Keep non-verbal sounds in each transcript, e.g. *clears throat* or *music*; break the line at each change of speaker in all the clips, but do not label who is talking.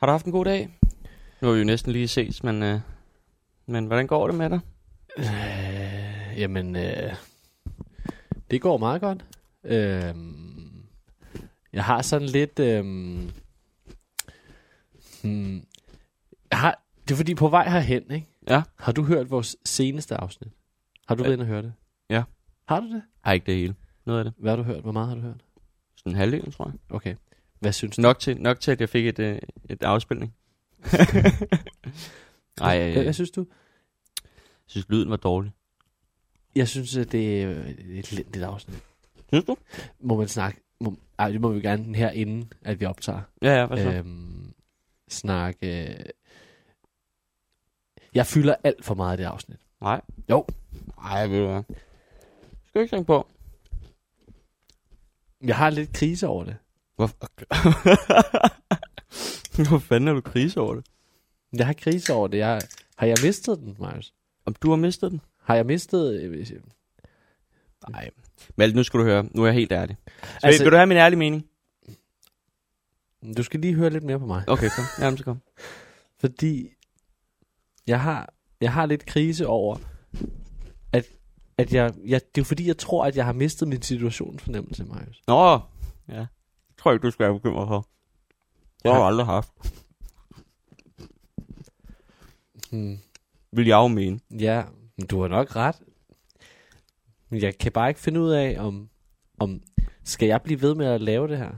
Har du haft en god dag? Nu har vi jo næsten lige ses, men, øh, men hvordan går det med dig?
Øh, jamen, øh, det går meget godt. Øh, jeg har sådan lidt... Øh, hmm, jeg har, det er fordi, på vej herhen, ikke?
Ja.
Har du hørt vores seneste afsnit? Har du
Ja.
været inde og høre det?
Ja.
Har du det?
Har ikke det hele. Noget af det.
Hvad har du hørt? Hvor meget har du hørt?
Sådan en halvdelen, tror jeg.
Okay. Hvad synes du?
Nok til, nok til at jeg fik et, øh, et *laughs* afspilning. Nej, øh,
Hvad, hvad
jeg
synes du?
synes, lyden var dårlig.
Jeg synes, at det er et elendigt afsnit.
Synes du?
Må man snakke... Må, ej, det må vi gerne her, inden at vi optager.
Ja, ja, hvad så? Øh,
øhm, snakke... Øh, jeg fylder alt for meget i det afsnit.
Nej.
Jo.
Nej, ved du hvad. Skal du ikke tænke på?
Jeg har lidt krise over det.
Hvorfor? *laughs* Hvor fanden er du krise over det?
Jeg har krise over det. Jeg, har jeg mistet den, Marius?
Om du har mistet den?
Har jeg mistet... Øh, hvis jeg-
Nej. Malte, nu skal du høre. Nu er jeg helt ærlig. Så
Altså-
altså, vil du have min ærlige mening?
du skal lige høre lidt mere på mig.
Okay, kom. Jamen, så kom.
Fordi jeg har, jeg har lidt krise over, at, at jeg, jeg, det er jo fordi, jeg tror, at jeg har mistet min situationsfornemmelse, Marius.
Nå, ja. Det tror jeg ikke, du skal være bekymret for. Det har
Ja.
jeg aldrig haft.
Hmm.
Vil jeg jo mene.
Ja, men du har nok ret. Men jeg kan bare ikke finde ud af, om, om skal jeg blive ved med at lave det her?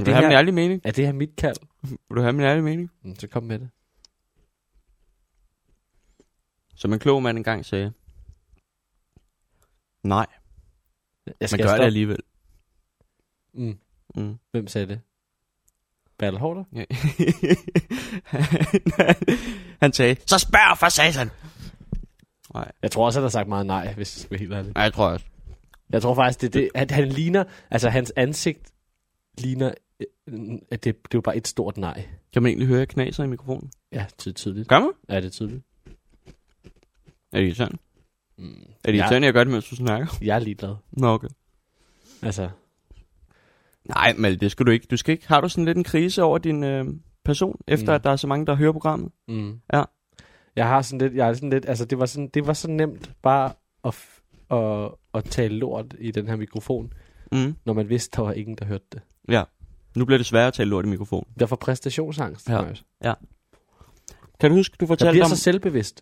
Vil du
det
have min
her,
ærlige mening?
er det her mit kald?
Vil du have min ærlige mening?
Mm, Så kom med det.
Som en klog mand engang sagde. Nej,
Jeg
man
jeg
gør det
stoppe?
alligevel.
Mm.
Mm. *laughs*
Hvem sagde det? Bertel Hårder?
Ja. han sagde, så spørg for satan. Nej,
Jeg tror også, han har sagt meget nej, hvis jeg skal være helt ærlig.
nej, jeg tror også.
Jeg tror faktisk, det er det, at han ligner, altså hans ansigt ligner, øh, at det, det er jo bare et stort nej.
Kan man egentlig høre, at jeg knaser i mikrofonen?
Ja, ty- tydeligt.
Gør man?
Ja, det er tydeligt.
Er det sådan?
Mm.
Er det
Ja.
sådan, jeg gør det, mens du snakker?
Jeg er ligeglad.
Nå, okay.
Altså,
Nej, men det skal du ikke. Du skal ikke. Har du sådan lidt en krise over din øh, person, efter
Mm.
mm. at der er så mange, der hører programmet?
Mm.
Ja.
Jeg har sådan lidt, jeg er sådan lidt, altså det var sådan, det var så nemt bare at, f- at, at tale lort i den her mikrofon,
Mm.
når man vidste, der var ingen, der hørte det.
Nu bliver det sværere at tale lort i mikrofonen.
Jeg får præstationsangst.
Ja.
Ja. Jeg
Kan du huske, du fortalte
bliver
om,
så selvbevidst.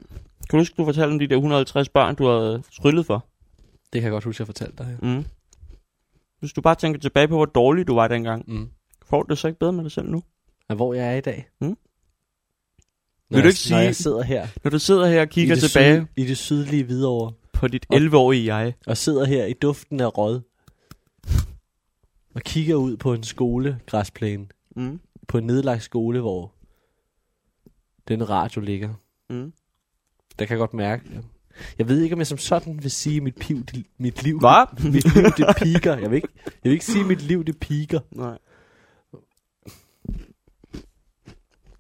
kan du huske, du fortalte om de der 150 børn, du havde tryllet for?
Det kan jeg godt huske, jeg fortalte dig. Ja.
Mm. Hvis du bare tænker tilbage på, hvor dårlig du var dengang,
Mm.
får du det så ikke bedre med dig selv nu?
Og hvor jeg er i dag.
Mm.
Når,
Vil du
jeg,
ikke sige-
når jeg sidder her
Når du sidder her og kigger
i, det
tilbage
Syd, i det sydlige Hvidovre,
på dit
Og-
11-årige jeg,
og sidder her i duften
*laughs*
af råd, og kigger ud på en skolegræsplæne,
mm.
på en nedlagt skole, hvor den radio ligger.
Mm.
Der kan jeg godt mærke. ja. Jeg ved ikke, om jeg som sådan vil sige, at mit, piv, det, mit liv
Hvad?
*laughs* mit liv det piker. Jeg vil, ikke, jeg vil ikke sige, at mit liv det piker.
Nej.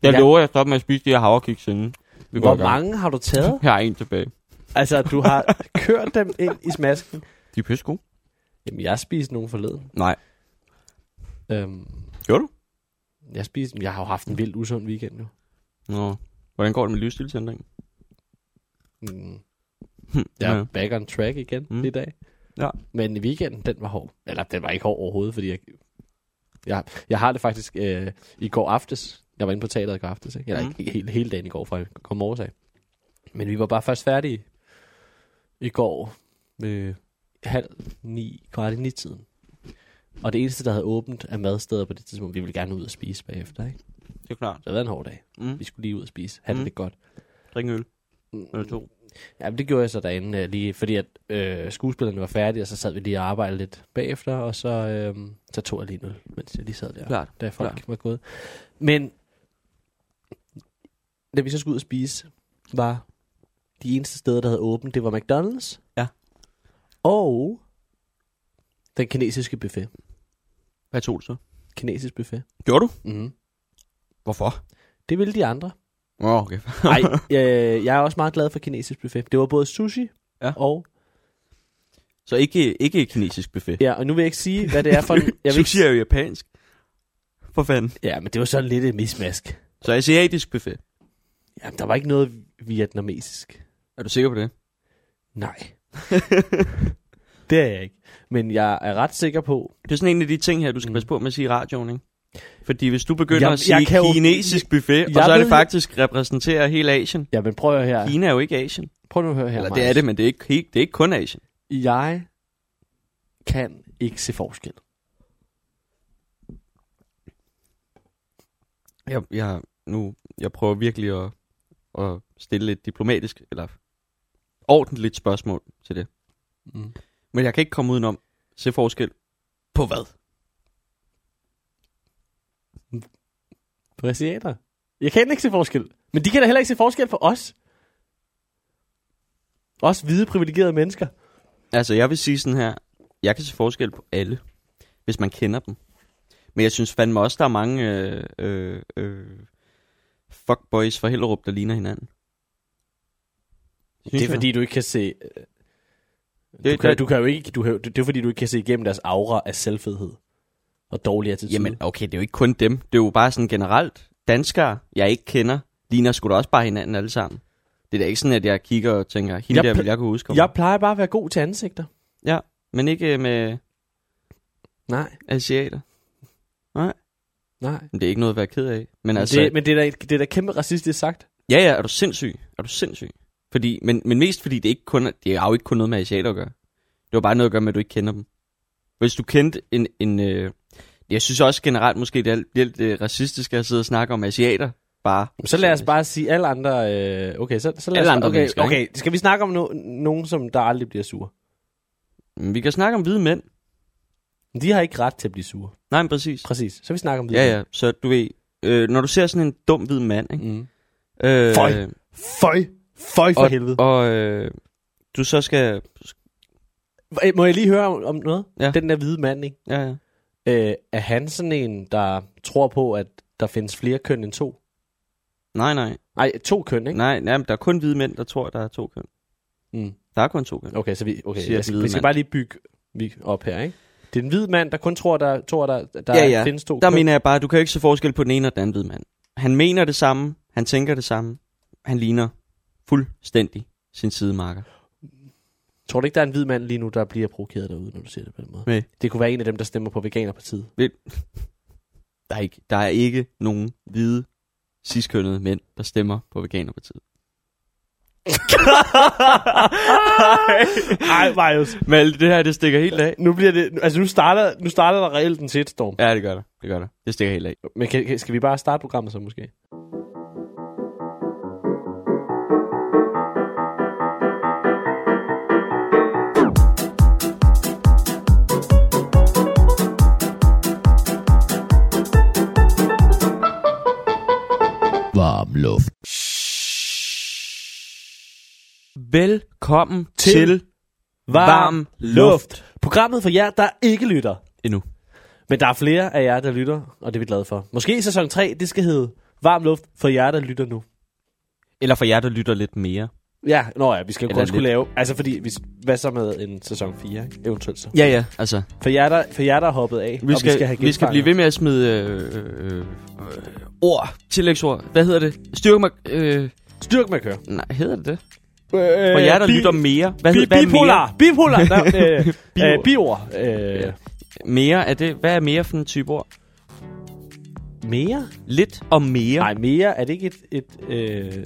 Jeg
Ja.
lover, jeg stopper med at spise de her havrekiks inden. Vi går
Hvor
i gang.
mange har du taget?
Jeg har en tilbage.
*laughs* Altså, du har kørt dem ind i smasken.
De er pisse gode.
Jamen, jeg spiste nogen forleden.
Nej.
Øhm,
Gjorde du?
jeg, spiste, jeg har jo haft en vild usund weekend jo.
Nå. Hvordan går det med livsstilsændringen?
Mm.
Hm,
Jeg er back on track igen
Mm.
mm. i dag.
Ja.
Men i weekenden, den var hård. Eller, den var ikke hård overhovedet, fordi jeg, jeg, jeg har det faktisk øh, i går aftes. Jeg var inde på teateret i går aftes, ikke? Eller
Mm.
mm. ikke hele, hele dagen i går, fra jeg kom morges af. Men vi var bare først færdige i går ved halv ni, kvart i ni tiden. Og det eneste, der havde åbent af madsteder på det tidspunkt, vi ville gerne ud og spise bagefter, ikke?
Det er klart.
Så det havde været en hård dag.
Mm.
Vi skulle lige ud og spise. Havde
Mm.
mm. det godt.
Drik en øl. Eller to.
Ja, men det gjorde jeg så derinde øh, lige, fordi at øh, skuespillerne var færdige, og så sad vi lige og arbejdede lidt bagefter, og så, øh, så tog jeg lige noget, mens jeg lige sad der,
Klart.
da folk
klar.
var gået. Men da vi så skulle ud og spise, var de eneste steder, der havde åbent, det var McDonald's.
Ja.
Og den kinesiske buffet.
Hvad tog du så?
Kinesisk buffet.
Gjorde du?
Mm-hmm.
Hvorfor?
Det ville de
*laughs*
andre.
Nå, okay.
Nej, øh, jeg er også meget glad for kinesisk buffet. Det var både sushi
Ja.
ja. og
Så ikke, ikke kinesisk buffet.
*laughs* Ja, og nu vil jeg ikke sige, hvad det er for en... Jeg
Jeg
vil ikke,
Sushi er jo japansk. for fanden.
Ja, men det var sådan lidt et mismask.
Så asiatisk buffet.
Jamen, der var ikke noget vietnamesisk.
Er du sikker på det?
Nej. det er jeg ikke. Men jeg er ret sikker på,
Det er sådan en af de ting her, du skal
Mm.
passe på med at sige i radioen, ikke? Fordi hvis du begynder
Jamen,
at sige
jeg kan jo-
kinesisk buffet, og
Jeg
så er det
ved-
faktisk repræsenterer hele Asien.
Ja, men prøv at høre her.
Kina er jo ikke Asien.
Prøv nu at høre her,
Eller det
Marcus.
er det, men det er ikke, helt- det er ikke kun Asien.
Jeg kan ikke se forskel.
Jeg, jeg, nu, jeg prøver virkelig at, at stille et diplomatisk, eller ordentligt spørgsmål til det.
Mm.
Men jeg kan ikke komme udenom se forskel på hvad?
På asiater. Jeg kan ikke se forskel. Men de kan da heller ikke se forskel for os. Os hvide privilegerede mennesker.
Altså, jeg vil sige sådan her. Jeg kan se forskel på alle, hvis man kender dem. Men jeg synes fandme også, der er mange øh, øh, øh, fuckboys fra Hellerup, der ligner hinanden. Synes
det er
jeg.
fordi, du ikke kan se... øh, Du
Det-
kan,
det-
du kan jo ikke, du, kan jo- det er fordi, du ikke kan se igennem deres aura af selvfedhed. Og dårlig attitude.
Jamen, okay, det er jo ikke kun dem. Det er jo bare sådan generelt. Danskere, jeg ikke kender, ligner sgu da også bare hinanden alle sammen. Det er da ikke sådan, at jeg kigger og tænker, hende
Jeg
der
pl-
vil jeg kunne huske.
jeg
Jeg...
plejer bare at være god til ansigter.
Men ikke øh, med
Nej,
asiater.
nej.
Men det er ikke noget at være ked af. Men
Men,
altså,
altså, det, men det, er da, det er da kæmpe racistisk sagt.
Ja, ja, er du sindssyg? Er du sindssyg? Fordi, men, men mest fordi, det, er ikke kun, det har jo ikke kun noget med asiater at gøre. Det var bare noget at gøre med, at du ikke kender dem. Hvis du kendte en... en øh, jeg synes også generelt måske, det er lidt- lidt øh, racistisk at sidde og snakke om asiater. Bare.
Jamen, Så lad os bare sige alle andre... Øh, okay, så, så lad
Alle
os,
andre
okay,
mennesker,
okay, skal vi snakke om no, nogen, som der aldrig bliver sure?
Mm, Vi kan snakke om hvide mænd.
Men De har ikke ret til at blive sure.
Nej, men præcis.
Præcis. Så vi snakker om det.
Ja, ja, så du ved... Øh, når du ser sådan en dum hvid mand, ikke?
Mm.
Øh,
Føj, Føj! Føj for
og,
helvede.
Og øh, du så skal...
Øh, Må jeg lige høre om, om noget?
Ja.
Den der hvide mand, ikke?
Ja, ja.
Øh, er han sådan en, der tror på, at der findes flere køn end to?
Nej, nej.
Nej, to køn, ikke?
Nej, nej, men der er kun hvide mænd, der tror, der er to køn.
Mm.
Der er kun to køn.
Okay, så vi, okay,
Siger den
jeg skal,
hvide
vi skal
mand.
bare lige bygge vi op her, ikke? Det er en hvid mand, der kun tror, der, tror, der, der
Ja, ja.
findes to
Der
køn.
mener jeg bare, du kan jo ikke se forskel på den ene og den anden hvide mand. Han mener det samme, han tænker det samme, han ligner fuldstændig sin sidemarker.
Tror du ikke, der er en hvid mand lige nu, der bliver provokeret derude, når du siger det på den måde?
Nej.
Det kunne være en af dem, der stemmer på Veganerpartiet.
Der er ikke, der er ikke nogen hvide, ciskønnede mænd, der stemmer på *laughs* Veganerpartiet.
Nej, Marius.
Men alt det her, det stikker helt af.
Nu bliver det... Altså, nu starter, nu starter der reelt en shitstorm.
Ja, det gør det. Det gør det. Det stikker helt af.
Men kan, kan, skal vi bare starte programmet så måske?
Varm luft.
Velkommen til,
Til
til Varm Luft.
Programmet for jer, der ikke lytter.
Endnu.
Men der er flere af jer, der lytter, og det er vi glade for. Måske i sæson 3, det skal hedde Varm Luft for jer, der lytter nu.
Eller for jer, der lytter lidt mere.
Ja, nå ja, vi skal jo
Eller
kun skulle
lidt.
lave... Altså, fordi vi, hvad så med en sæson 4, ikke? eventuelt så?
Ja, ja. Altså,
For jer, der, for jer, der er hoppet af,
vi
og
skal,
vi skal have
vi skal
genfanger.
blive ved med at smide øh, øh, øh, ord, tillægsord. Hvad hedder det? Styrke mig... Øh,
Styrk med at køre.
nej, hedder det det?
Øh,
For jer, der lytter mere. Hvad,
bi,
hed- hvad er
bipolar, bipolar, nej,
*laughs*
øh,
Biord.
øh, biord, øh,
Ja. mere? Mere er det. Hvad er mere for en type ord?
mere?
Lidt og mere.
Nej, mere, er det ikke et, et øh,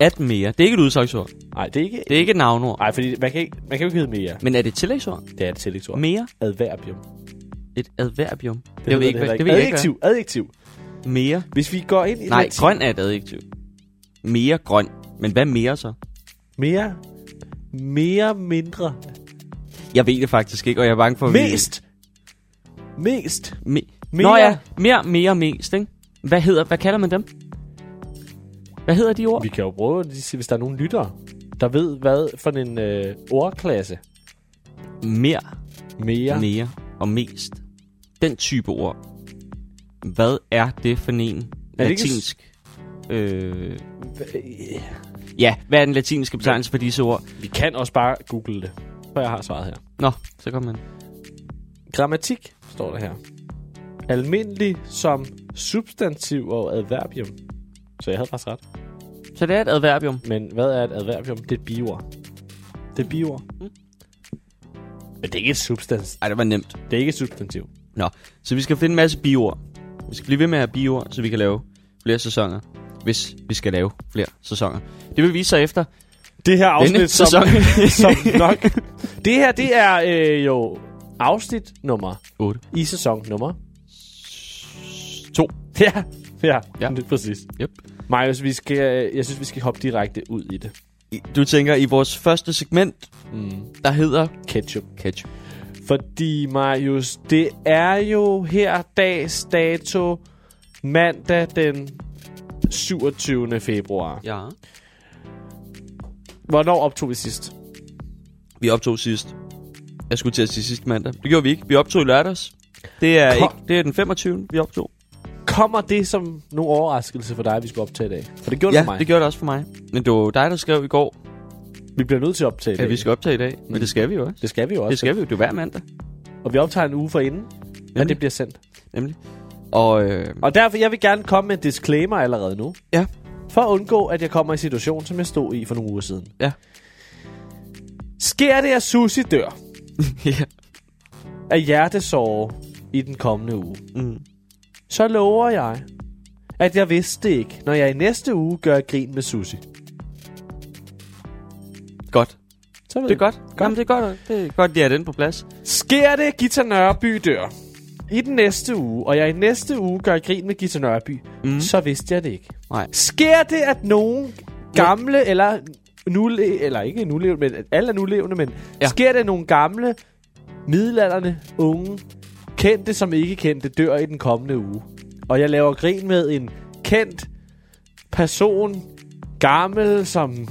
At mere. Det er ikke et udsagsord.
nej, det er ikke,
Det er ikke et navnord.
nej, fordi man kan, ikke, man kan jo ikke hedde mere.
Men er det et tillægsord?
Det er et tillægsord.
Mere?
Adverbium.
Et adverbium. Det,
hedder
ved jeg ikke,
heller
hvad- det ved jeg ikke.
adjektiv, adjektiv.
hvad- Mere.
Hvis vi går ind i
Nej,
latin-
grøn er et adjektiv. Mere grøn. Men hvad mere så?
Mere, mere, mindre.
Jeg ved det faktisk ikke, og jeg er bange for... at vi-
Mest. Mest.
Me- mere.
Mere.
Nå ja, mere, mere, mest, ikke? Hvad hedder, hvad kalder man dem? Hvad hedder de ord?
Vi kan jo prøve, at sige, hvis der er nogen lyttere, der ved, hvad for en øh, ordklasse
Mere,
mere.
mere og mest. Den type ord. Hvad er det for en
Er det ikke
latinsk? Øh,
Øh,
ja, hvad er den latinske betegnelse for disse ord?
Vi kan også bare google det, for jeg har svaret her.
Nå, så kommer man.
Grammatik står der her. Almindelig som substantiv og adverbium. Så jeg havde faktisk ret.
Så det er et adverbium.
Men hvad er et adverbium? Det er et biord. Det er et biord.
Mm.
Men det er ikke et substans.
Ej, det var nemt.
Det er ikke et substantiv.
Så vi skal finde en masse biord. Vi skal blive ved med at have biord, så vi kan lave flere sæsoner. Hvis vi skal lave flere sæsoner. Det vil vise sig efter
Det her
denne
afsnit, som,
sæson. *laughs*
*laughs* som nok... Det her, det er øh, jo afsnit nummer
8.
i sæson nummer.
2.
*laughs* Ja, ja,
Ja.
ja. Det, er præcis.
Yep.
Marius, vi skal, øh, jeg synes, vi skal hoppe direkte ud i det.
Du tænker, i vores første segment,
Mm.
der hedder
Ketchup.
Ketchup.
Fordi, Marius, det er jo her dags dato mandag den 27. februar.
Ja.
Hvornår optog vi sidst?
Vi optog sidst. Jeg skulle til at sige sidste mandag. Det gjorde vi ikke. Vi optog i lørdags. Det er,
Kom.
ikke, det er den 25. vi optog.
Kommer det som nogen overraskelse for dig, at vi skal optage i dag? For det gjorde det
ja,
for mig.
det gjorde det også for mig. Men det var jo dig, der skrev i går,
Vi bliver nødt til at optage i
at
dag.
vi skal optage i dag. Men det skal vi jo også.
Det skal vi jo også.
Det skal vi jo. Det er hver mandag.
Og vi optager en uge for inden, at det
Nemlig.
bliver sendt.
Nemlig. Og øh,
Og derfor, jeg vil gerne komme med en disclaimer allerede nu.
Ja.
For at undgå, at jeg kommer i situationen, som jeg stod i for nogle uger siden.
Ja.
Sker det, at Susi dør
*laughs* ja.
af hjertesår i den kommende uge,
Mm.
så lover jeg, at jeg vidste det ikke, når jeg i næste uge gør grin med Susi.
Godt.
Så ved
Det er
jeg.
godt. Jamen, det er godt. Det er godt, de er den på plads.
Sker det, at Gita Nørreby dør i den næste uge, og jeg i næste uge gør grin med Gita Nørreby,
Mm.
mm. så vidste jeg det ikke.
Nej.
Sker det, at nogen gamle, eller nu eller ikke nulevende, men at alle er nulevende, men
Ja.
ja. sker det, at nogle gamle, middelalderne, unge, kendte som ikke kendte, dør i den kommende uge? Og jeg laver grin med en kendt person, gammel som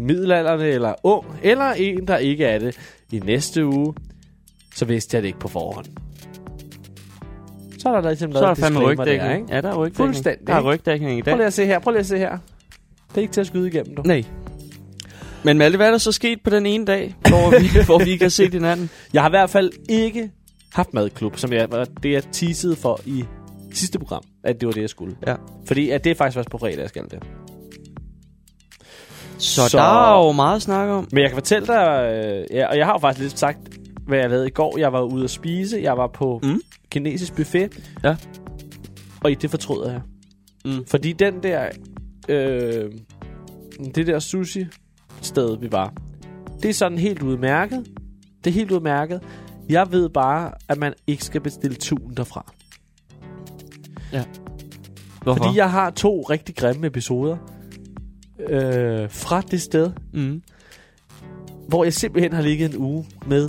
middelalderne eller ung, eller en, der ikke er det, i næste uge, så vidste jeg det ikke på forhånd. Så er der ligesom
Så er der
lavet
fandme
disclaimer der,
rygdækning.
ikke?
Ja, der er rygdækning.
Fuldstændig,
Der er
ikke?
rygdækning i dag.
Prøv lige at se her, prøv lige at se her. Det er ikke til at skyde igennem, du.
Nej. Men Malte, hvad er der så sket på den ene dag, hvor *laughs* vi, hvor vi ikke har set hinanden?
Jeg har i hvert fald ikke haft madklub, som jeg, var- det jeg teasede for i sidste program, at det var det, jeg skulle.
Ja.
Fordi at det er faktisk først på fredag, jeg skal det.
Så, så
Så-
der er jo meget at snakke om.
Men jeg kan fortælle dig, øh, ja, og jeg har jo faktisk lidt sagt, hvad jeg lavede i går. Jeg var ude at spise, jeg var på
Mm.
mm. kinesisk buffet.
Ja.
Og i det fortryder jeg.
Mm.
Fordi den der, øh, det der sushi sted, vi var, det er sådan helt udmærket. Det er helt udmærket. Jeg ved bare, at man ikke skal bestille tun derfra.
Hvorfor?
Fordi jeg har to rigtig grimme episoder øh, fra det sted,
Mm.
hvor jeg simpelthen har ligget en uge med,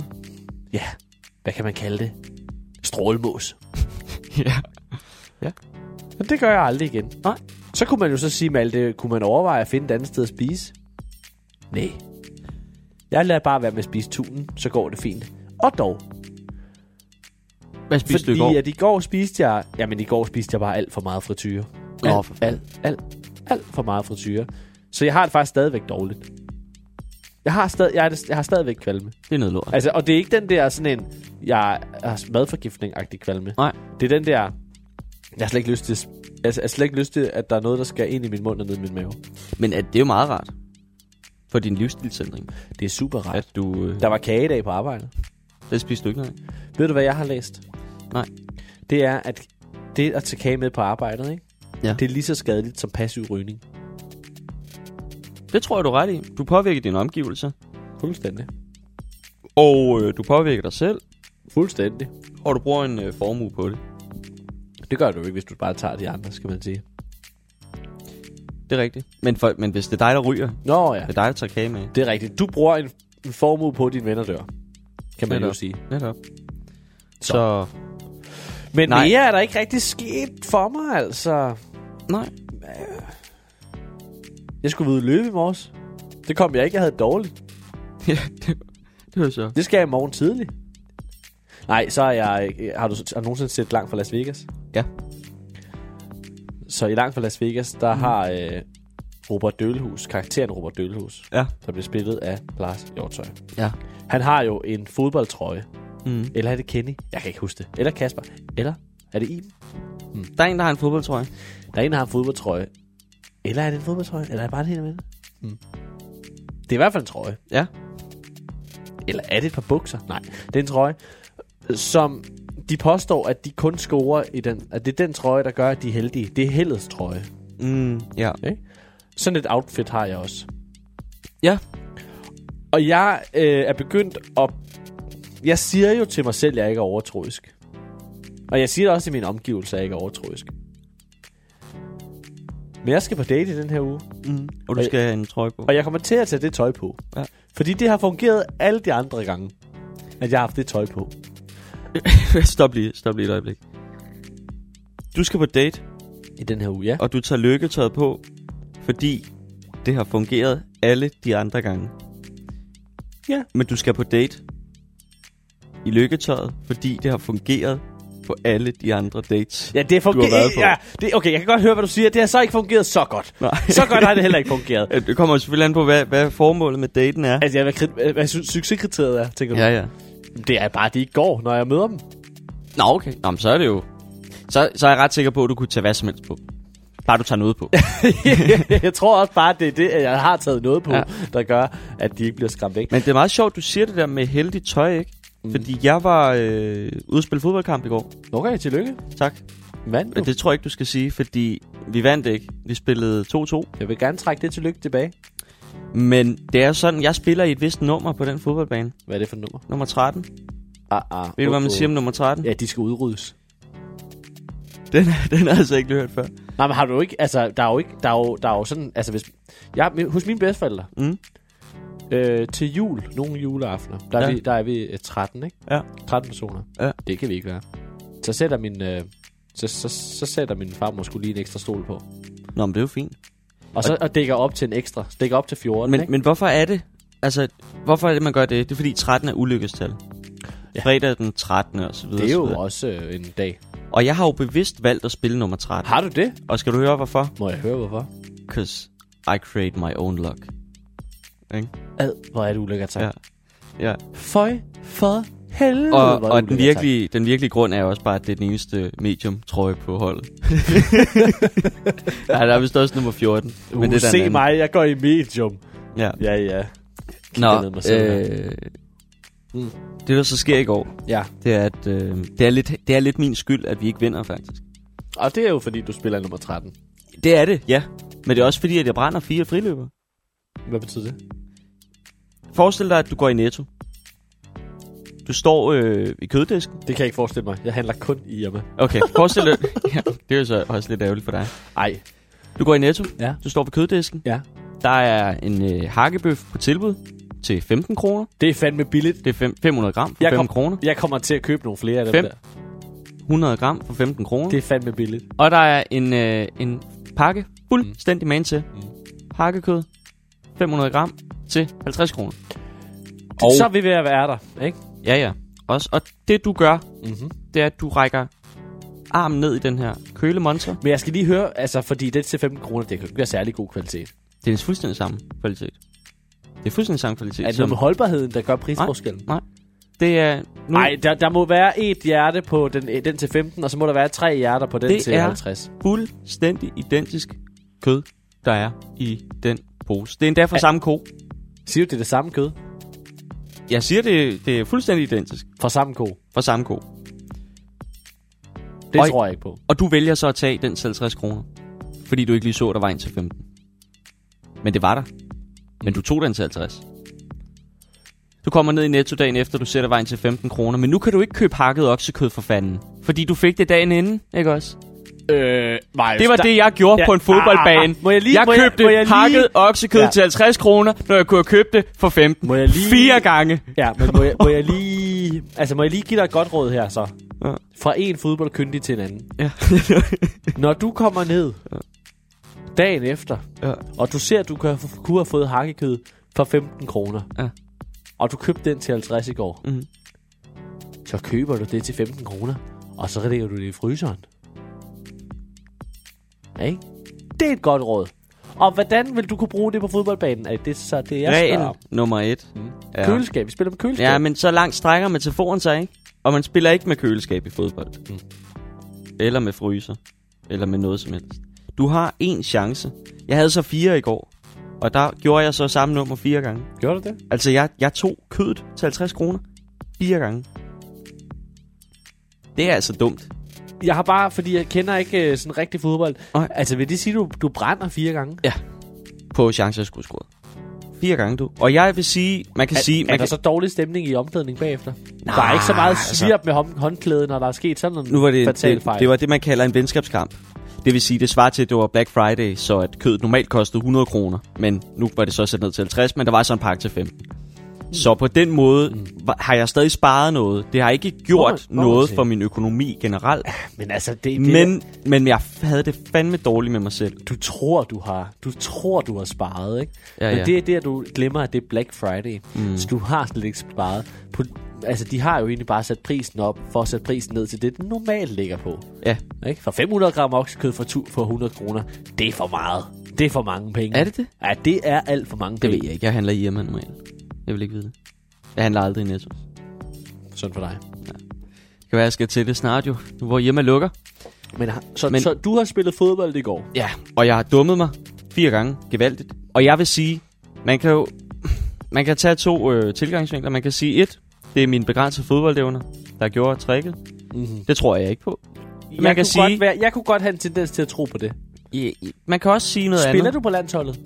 ja, hvad kan man kalde det? Strålmås.
*laughs* ja.
Men det gør jeg aldrig igen.
Nej.
Så kunne man jo så sige, Malte, kunne man overveje at finde et andet sted at spise? Nej. Jeg lader bare være med at spise tunen, så går det fint. Og dog,
Hvad spiste
fordi
du i går?
at i går spiste jeg... Jamen, i går spiste jeg bare alt for meget frityre.
Nå,
alt,
for
alt, alt, alt for meget frityre. Så jeg har det faktisk stadigvæk dårligt. Jeg har, stadig, jeg, har det, jeg har stadigvæk kvalme.
Det er noget lort.
Altså, og det er ikke den der sådan en, jeg har madforgiftning-agtig kvalme.
Nej.
Det er den der, jeg har slet ikke lyst til, altså, jeg har slet ikke lyst til, at der er noget, der skal ind i min mund og ned i min mave.
Men at det er jo meget rart for din livsstilsændring,
Det er super rart.
at du... Øh,
Der var kage i dag på arbejde.
det spiste du ikke noget af.
Ved du, hvad jeg har læst?
Nej.
Det er, at det at tage kage med på arbejdet, ikke?
Ja.
Det er lige så skadeligt som passiv rygning.
Det tror jeg, du er ret i. Du påvirker dine omgivelser,
Fuldstændig.
og øh, du påvirker dig selv,
Fuldstændig.
og du bruger en øh, formue på det.
Det gør du jo ikke, hvis du bare tager de andre, skal man sige.
Det er rigtigt. Men, for, men hvis det er dig, der ryger,
Nå ja,
det er dig, der tager kage med.
det er rigtigt. Du bruger en, en formue på, at dine venner dør. Kan man
Netop.
jo sige.
Netop. Så.
Så.
Så
Men
Nej.
Nej. mere er der ikke rigtig sket for mig, altså.
nej,
Jeg skulle ud og løbe i morges. Det kom jeg ikke, jeg havde det dårligt.
Ja, det, det var så.
Det skal jeg i morgen tidlig. Nej, så er jeg... Har du, har du nogensinde set Langt fra Las Vegas?
Ja.
Så i Langt fra Las Vegas, der mm. har øh, Robert Dølhus, karakteren Robert Dølhus,
Ja.
der bliver spillet af Lars Hjortøj.
Ja.
Han har jo en fodboldtrøje.
Mm.
Eller er det Kenny? Jeg kan ikke huske det. Eller Kasper. Eller er det Iben? Hmm.
Der er en, der har en fodboldtrøje.
Der er en, der har en fodboldtrøje. Eller er det en fodboldtrøje? Eller er det bare det hele med det? Hmm. Det er i hvert fald en trøje.
Ja.
Eller er det et par bukser? Nej, det er en trøje, som de påstår, at de kun scorer i den. At det er den trøje, der gør, at de er heldige. Det er heldets trøje.
Mm, ja.
Sådan et outfit har jeg også.
Ja.
Og jeg øh, er begyndt at... Jeg siger jo til mig selv, at jeg ikke er overtroisk. Og jeg siger det også til mine omgivelser, at jeg ikke er overtroisk. Men jeg skal på date i den her uge,
Mm. Og du
Og-
skal have en trøje på.
og jeg kommer til at tage det tøj på.
Ja.
Fordi det har fungeret alle de andre gange, at jeg har haft det tøj på.
*laughs* stop lige, stop lige et øjeblik. Du skal på date,
I den her uge, ja.
og du tager lykketøjet på, fordi det har fungeret alle de andre gange.
Ja.
Men du skal på date i lykketøjet, fordi det har fungeret på alle de andre dates.
Ja, det
har været
fungerer.
på.
Ja, det, okay, jeg kan godt høre, hvad du siger. Det har så ikke fungeret så godt.
Nej.
Så godt har det heller ikke fungeret.
Øh, Det kommer jo selvfølgelig an på, hvad, hvad formålet med daten er.
Altså, jeg, hvad, krit- hvad, hvad su- succeskriteriet er, tænker du?
Ja, ja.
Det er bare, de ikke går, når jeg møder dem. *laughs*
Nå, okay. Nå, men så er det jo... Så, så er jeg ret sikker på, at du kunne tage hvad som helst på. Bare du tager noget på.
jeg tror også bare, det er det, at jeg har taget noget på,
Ja.
ja. der gør, at de ikke bliver skræmt væk.
Men det er meget sjovt, du siger det der med heldig tøj, ikke? Mm. Fordi jeg var øh, ude at spille fodboldkamp i går.
Okay, tillykke.
Tak.
Mand,
Men
det...
det tror jeg ikke, du skal sige, fordi vi vandt ikke. Vi spillede 2-2.
jeg vil gerne trække det tillykke tilbage.
Men det er sådan, jeg spiller i et vist nummer på den fodboldbane.
Hvad er det for et nummer?
Nummer 13. Ved
Ah, ah,
du, hvad man
uh,
siger om
uh.
nummer 13?
Ja, de skal udryddes.
*laughs* Den, den har jeg altså ikke hørt før.
Nej, men har du ikke, altså, der er jo ikke, der er jo, der er jo sådan, altså hvis, jeg, hos mine bedsteforældre,
Mm.
øh, til jul, nogle juleaftener, der,
Ja.
er vi, der er vi øh, 13, ikke?
Ja.
13 personer.
Ja.
Det kan vi ikke være. Så sætter min, øh, så, så, så sætter min farmor skulle lige en ekstra stol på.
Nå, men det er jo fint.
Og så og dækker op til en ekstra. Dækker op til 14,
Men,
ikke?
men hvorfor er det? Altså, hvorfor er det, man gør det? Det er fordi 13 er ulykkestal. Ja.
Ja.
Fredag den 13. og så videre.
det er
og
jo
så videre.
også øh, en dag.
Og jeg har jo bevidst valgt at spille nummer 13.
Har du det?
Og skal du høre, hvorfor?
Må jeg høre, hvorfor?
Because I create my own luck. Ikke?
Ad, hvor er det ulækkert sagt.
Ja. Ja.
Føj for helvede,
Og,
hvor er det
og den,
ulækkert
virkelige, den virkelige grund er jo også bare, at det er den eneste medium trøje på
*laughs*
holdet. Nej, der er vist også nummer 14.
sagt. Uh, men det
er der en
se
anden.
mig, jeg går i medium.
Ja.
Ja, ja.
Nå,
ned med selv
øh,
Mm.
det der så sker i går,
Ja.
det er, at, øh, det, er lidt, det er lidt min skyld, at vi ikke vinder faktisk.
Og det er jo fordi, du spiller nummer 13.
Det er det, ja. Men det er også fordi, at jeg brænder fire friløber.
Hvad betyder det?
Forestil dig, at du går i Netto. Du står øh, i køddisken.
Det kan jeg ikke forestille mig. Jeg handler kun i Irma.
Okay, forestil dig... *laughs* ja, det er jo så også lidt ærgerligt for dig.
Ej.
Du går i Netto.
Ja.
Du står ved køddisken.
Ja.
Der er en øh, hakkebøf på tilbud til 15 kroner.
Det er fandme billigt.
Det er fem, 500 gram for
Jeg
15
kom-
kroner.
Jeg kommer til at købe nogle flere af dem
Fem.
der.
100 gram for 15 kroner.
Det er fandme billigt.
Og der er en, øh, en pakke fuldstændig man til.
Mm.
Hakkekød. 500 gram til 50 kroner.
Og...
Og-
Så er vi ved at være der, ikke?
Ja, ja. Også, og det du gør,
Mm-hmm.
det er, at du rækker armen ned i den her kølemonster.
Men jeg skal lige høre, altså, fordi det til 15 kroner, det kan jo ikke være særlig god kvalitet.
Det er den fuldstændig samme kvalitet. Det er fuldstændig samme kvalitet.
Er det
som-
noget med holdbarheden, der gør prisforskellen?
det er nu,
Nej, der, der må være et hjerte på den, den til 15, og så må der være tre hjerter på den
Det
til
er-
50.
fuldstændig identisk kød, der er i den pose. Det er endda fra samme ko.
Siger du, det er det samme kød?
Jeg siger, det, det er fuldstændig identisk
Fra samme ko.
fra samme ko.
Det
Oj.
tror jeg ikke på.
Og du vælger så at tage den til 50 kroner. Fordi du ikke lige så, der var en til 15. Men det var der. Men du tog den til 50. Du kommer ned i Netto dagen efter, du ser, der var en til 15 kroner. Men nu kan du ikke købe hakket oksekød for fanden. Fordi du fik det dagen inden, ikke også?
Øh, nej,
Det var det, jeg gjorde ja.
Ja.
på en fodboldbane.
Ah, må jeg lige-
jeg
må jeg-
købte
må jeg lige-
hakket oksekød
Ja.
til 50 kroner, når jeg kunne have købt det for 15.
Må jeg lige-
Fire gange.
Ja, men må jeg, må jeg lige... Altså, må jeg lige give dig et godt råd her, så?
Ja.
Fra en fodboldkyndig til en anden.
Ja.
Når du kommer ned dagen efter,
*laughs* Ja.
og du ser, at du kan, kunne have fået hakkekød for 15 kroner,
Ja.
og du købte den til 50 i går,
Mhm.
så køber du det til 15 kroner, og så lægger du det i fryseren. Ja, ikke? Det er et godt råd. Og hvordan vil du kunne bruge det på fodboldbanen? Er det så det, jeg spørger
Regel
om?
nummer et.
Ja. Køleskab. Vi spiller med køleskab.
Ja, men så langt strækker metaforen sig, ikke? Og man spiller ikke med køleskab i fodbold. Mm. Eller med fryser. Eller med noget som helst. Du har en chance. Jeg havde så fire i går. Og der gjorde jeg så samme nummer fire gange.
Gjorde du det?
Altså, jeg, jeg tog kødet til 50 kroner. Fire gange. Det er altså dumt.
Jeg har bare, fordi jeg kender ikke øh, sådan rigtig fodbold.
Nej.
Altså, vil det sige, du, du brænder fire gange?
På chancer, jeg skulle score. Fire gange, du. Og jeg vil sige, man kan
Er,
sige...
er
man
der
kan,
så dårlig stemning i omklædningen bagefter? der er ikke så meget
altså-
svirp med hånd, håndklædet, når der er sket sådan en
nu var det,
fatal
det,
fejl.
det var det, man kalder en venskabskamp. Det vil sige, det svarer til, at det var Black Friday, så at kødet normalt kostede 100 kroner. Men nu var det så sat ned til 50, men der var så en pakke til 15. Så på den måde
Mm.
var- har jeg stadig sparet noget. Det har ikke gjort
må man
noget
sige.
for min økonomi generelt.
Men altså, det, det
Men, men jeg havde det fandme dårligt med mig selv.
du tror, du har, du tror, du har sparet, ikke?
Ja,
Men
ja.
det er der, du glemmer, at det er Black Friday. Mm. Så du har slet ikke sparet. På, altså, de har jo egentlig bare sat prisen op, for at sætte prisen ned til det, den normalt ligger på.
Ja.
Ikke? For 500 gram oksekød for, tu, for 100 kroner, det er for meget. Det er for mange penge.
Er det det?
Ja, det er alt for mange
Det
penge.
ved jeg ikke. Jeg handler i Irma normalt. Jeg vil ikke vide det. Jeg handler aldrig i Netto.
Sådan for dig.
Det kan være, jeg skal til det snart jo, nu hvor Irma lukker.
Men, har- så,
Men- Mhm.
Men, så du har spillet fodbold i går.
Ja, og jeg har dummet mig fire gange gevaldigt. Og jeg vil sige, man kan jo man kan tage to øh, tilgangsvinkler. Man kan sige, et, det er min begrænsede fodboldevner, der gjorde tricket.
Mm-hmm.
Det tror jeg ikke på.
Jeg,
kan
kunne
sige-
godt være, jeg kunne godt have en tendens til at tro på det.
I, I, man kan også sige noget
Spiller
andet.
du på landsholdet,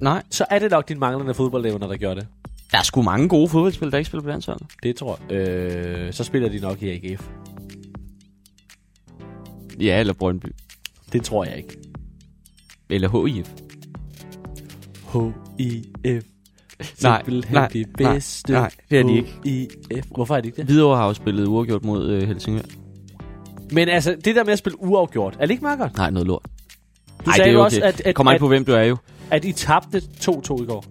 Nej,
så er det nok din manglende fodboldevner, der gør det.
der er sgu mange gode fodboldspillere, der ikke spiller på landsholdet.
Det tror jeg. Øh, så spiller de nok i AGF.
Ja, eller Brøndby.
Det tror jeg ikke.
Eller HIF.
H-I-F.
Nej,
Simpelthen
nej,
de
nej,
bedste.
nej, det er de ikke.
H-I-F. Hvorfor er de ikke det?
Hvidovre har jo spillet uafgjort mod øh, Helsingør.
Men altså, det der med at spille uafgjort, er det ikke meget godt?
Nej, noget lort.
Du
Ej, det
sagde
er
jo
okay.
også, at, at,
Kommer an
at,
på, hvem du er jo.
at I tabte 2-2 i går.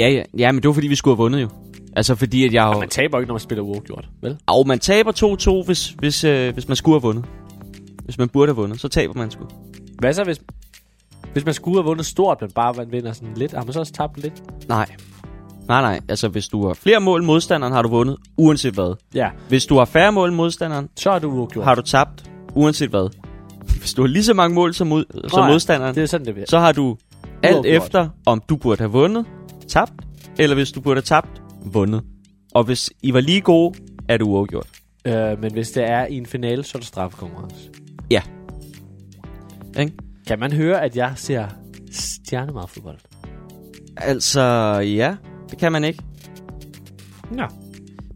Ja, ja. ja, men det var fordi, vi skulle have vundet jo. Altså fordi, at jeg har...
Og man taber ikke, når man spiller uafgjort, vel?
Og man taber 2-2, hvis, hvis, øh, hvis man skulle have vundet. Hvis man burde have vundet, så taber man sgu.
Hvad så, hvis, hvis man skulle have vundet stort, men bare man vinder sådan lidt? Har man så også tabt lidt?
Nej. Nej, nej. Altså, hvis du har flere mål end modstanderen, har du vundet, uanset hvad.
Ja,
Hvis du har færre mål end modstanderen,
så er du uafgjort.
har du tabt, uanset hvad. Hvis du har lige så mange mål som, mod, som
Nej,
modstanderen,
Det er sådan, det bliver.
så har du alt
Uafgjort.
efter, om du burde have vundet, tabt, eller hvis du burde have tabt, vundet. Og hvis I var lige gode, er det uafgjort.
Øh, men hvis det er i en finale, så er det straffekonkurrence.
Ja. Ikke?
Kan man høre, at jeg ser stjerne meget fodbold?
Altså, ja, det kan man ikke.
Ja.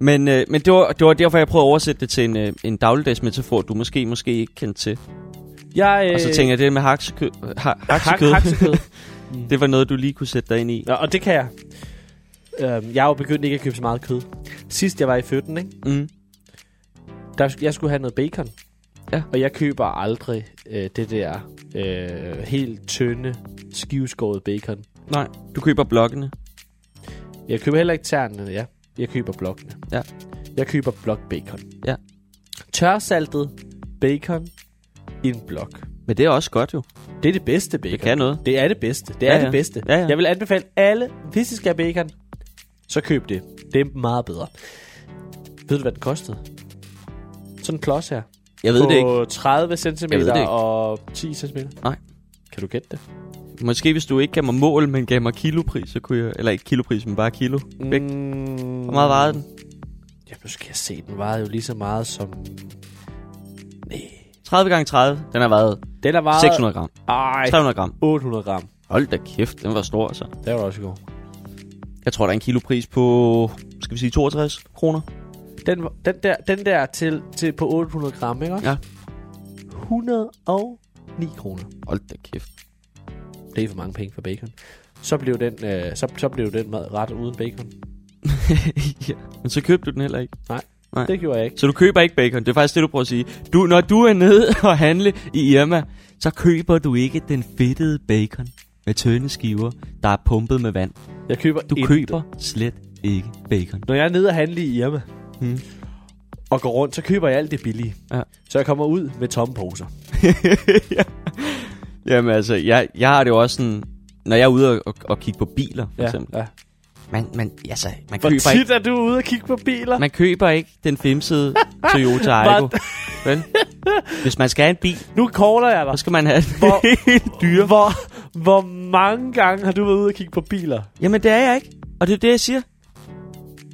Men, øh, men det, var, det var derfor, jeg prøvede at oversætte det til en, øh, en dagligdags metafor, du måske måske ikke kendte til.
Jeg, øh,
Og så tænker jeg, det med haksekød, ha, haksekød
hak- haksekød.
*laughs* det var noget, du lige kunne sætte dig ind i.
Nå, og det kan jeg. Øh, jeg er jo begyndt ikke at købe så meget kød. Sidst jeg var i 17, ikke?
Mm.
Der, jeg skulle have noget bacon.
Ja.
Og jeg køber aldrig øh, det der øh, helt tynde, skiveskåret bacon.
Nej, du køber blokkene.
Jeg køber heller ikke ternene, ja. Jeg køber blokkene.
Ja.
Jeg køber blok bacon.
Ja.
Tørsaltet bacon i en blok.
Men det er også godt jo.
Det er det bedste bacon.
Det kan noget.
Det er det bedste. Det er
Ja,
ja,
ja.
det bedste.
Ja, ja.
Jeg vil anbefale alle, hvis I skal have bacon, så køb det. Det er meget bedre. Ved du, hvad den kostede? Sådan en klods her.
Jeg ved
på
det ikke.
30 cm
Jeg ved det ikke.
og 10 cm.
Nej.
Kan du gætte det?
Måske hvis du ikke gav mig mål, men gav mig kilopris, så kunne jeg... Eller ikke kilopris, men bare kilo. Vægt.
Mm,
Hvor meget vejede den?
Ja, nu skal jeg se. Den vejede jo lige så meget som... Nej.
30 gange 30. Den har vejet
Den er meget...
600 gram.
Ah, Ej,
300 gram.
800 gram.
Hold da kæft, den var stor altså.
Det var også god.
Jeg tror, der er en kilopris på... Skal vi sige 62 kroner?
Den, den, der, den der til, til på 800 gram, ikke også?
Ja.
109 kroner.
Hold da
*laughs*
kæft.
Det er for mange penge for bacon. Så blev den, øh, så, så blev den mad ret uden bacon.
ja. Men så købte du den heller ikke. Nej.
Det gjorde jeg ikke.
Så du køber ikke bacon. Det er faktisk det, du prøver at sige. Du, når du er nede *laughs* og handle i Irma, så køber du ikke den fedtede bacon med tynde skiver, der er pumpet med vand.
Jeg køber
Du
intet.
køber slet ikke bacon. *laughs*
Når jeg er nede og handle i Irma,
Hmm.
hmm. og går rundt, så køber jeg alt det billige.
Ja.
Så jeg kommer ud med tomme poser.
Jamen altså, jeg, jeg har det jo også sådan... Når jeg er ude og, og, og kigge på biler, for
ja,
eksempel,
ja.
Man, man, altså, man
Hvor
køber,
tit
ikke,
er du ude og kigge på biler?
man køber ikke den
*laughs*
femsede Toyota Aygo. Vel? Hvis man skal have en bil,
Nu caller jeg dig.
så skal man have den.
*laughs* Hvor, dyre. Hvor, hvor mange gange har du været ude og kigge på biler?
Jamen, det er jeg ikke. Og det er det, jeg siger.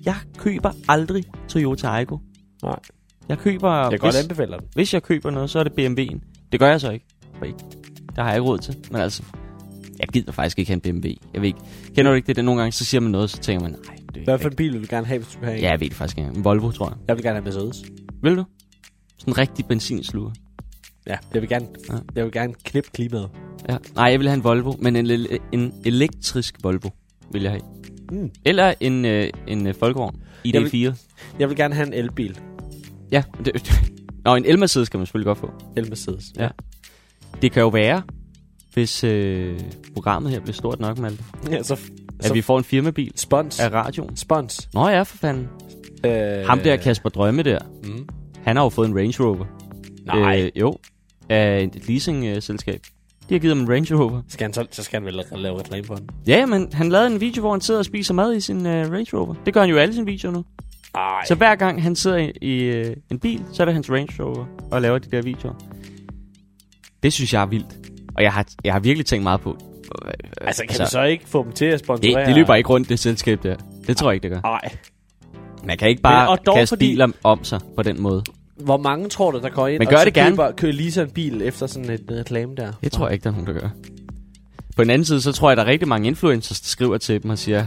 Jeg køber aldrig Toyota Aygo.
Nej.
Jeg køber...
Jeg kan
hvis,
godt anbefale den.
hvis jeg køber noget, så er det BMW'en. Det gør jeg så ikke. For ikke. Der har jeg ikke råd til. Men altså, jeg gider faktisk ikke have en BMW. Jeg ved ikke. Kender du ikke det, der nogle gange, så siger man noget, så tænker man, nej, det er ikke
Hvad
rigtigt."
for en bil vil du gerne have, hvis du vil have en?
Ja, jeg ved det faktisk ikke. En Volvo, tror jeg.
Jeg vil gerne have en Mercedes.
Vil du? Sådan en rigtig benzinsluger.
Ja, jeg vil gerne,
Ja.
ja. jeg vil gerne knippe klimaet.
Ja. Nej, jeg vil have en Volvo, men en, lille- en elektrisk Volvo vil jeg have.
Mm.
Eller en, øh, en øh, Folkevogn
Jeg
ID4.
vil- Jeg vil gerne have en elbil.
Ja, det, *laughs* Nå, en elmercedes kan man selvfølgelig godt få.
El Mercedes.
Ja. Det kan jo være, hvis øh, programmet her bliver stort nok, Malte,
ja så,
at
så
vi får en firmabil
spons.
af radioen.
Spons.
Nå ja, for fanden.
Øh,
Ham der Kasper Drømme der,
Mm.
han har jo fået en Range Rover.
Nej.
Øh, jo, af et leasingselskab. De har givet ham en Range Rover.
Skal han så, så skal han vel la- lave reklame for den.
Ja, men han lavede en video, hvor han sidder og spiser mad i sin øh, Range Rover. Det gør han jo i alle sine videoer nu.
Ej.
Så hver gang han sidder i, i øh, en bil, så er det hans Range Rover og laver de der videoer. Det synes jeg er vildt. Og jeg har, jeg har virkelig tænkt meget på. øh, øh,
altså, kan du så ikke få dem til at sponsorere?
det, det løber ikke rundt, det selskab der. Det tror jeg ikke, det gør.
Nej.
Man kan ikke
Men-
bare
og dog
kaste
fordi-
biler om sig på den måde.
Hvor mange tror du, der går ind
Men
og
gør
så
det gerne.
køber, køber lige så en bil efter sådan et øh, reklame der?
Det tror jeg ikke, der er nogen, der gør. På den anden side, så tror jeg, der er rigtig mange influencers, der skriver til dem og siger,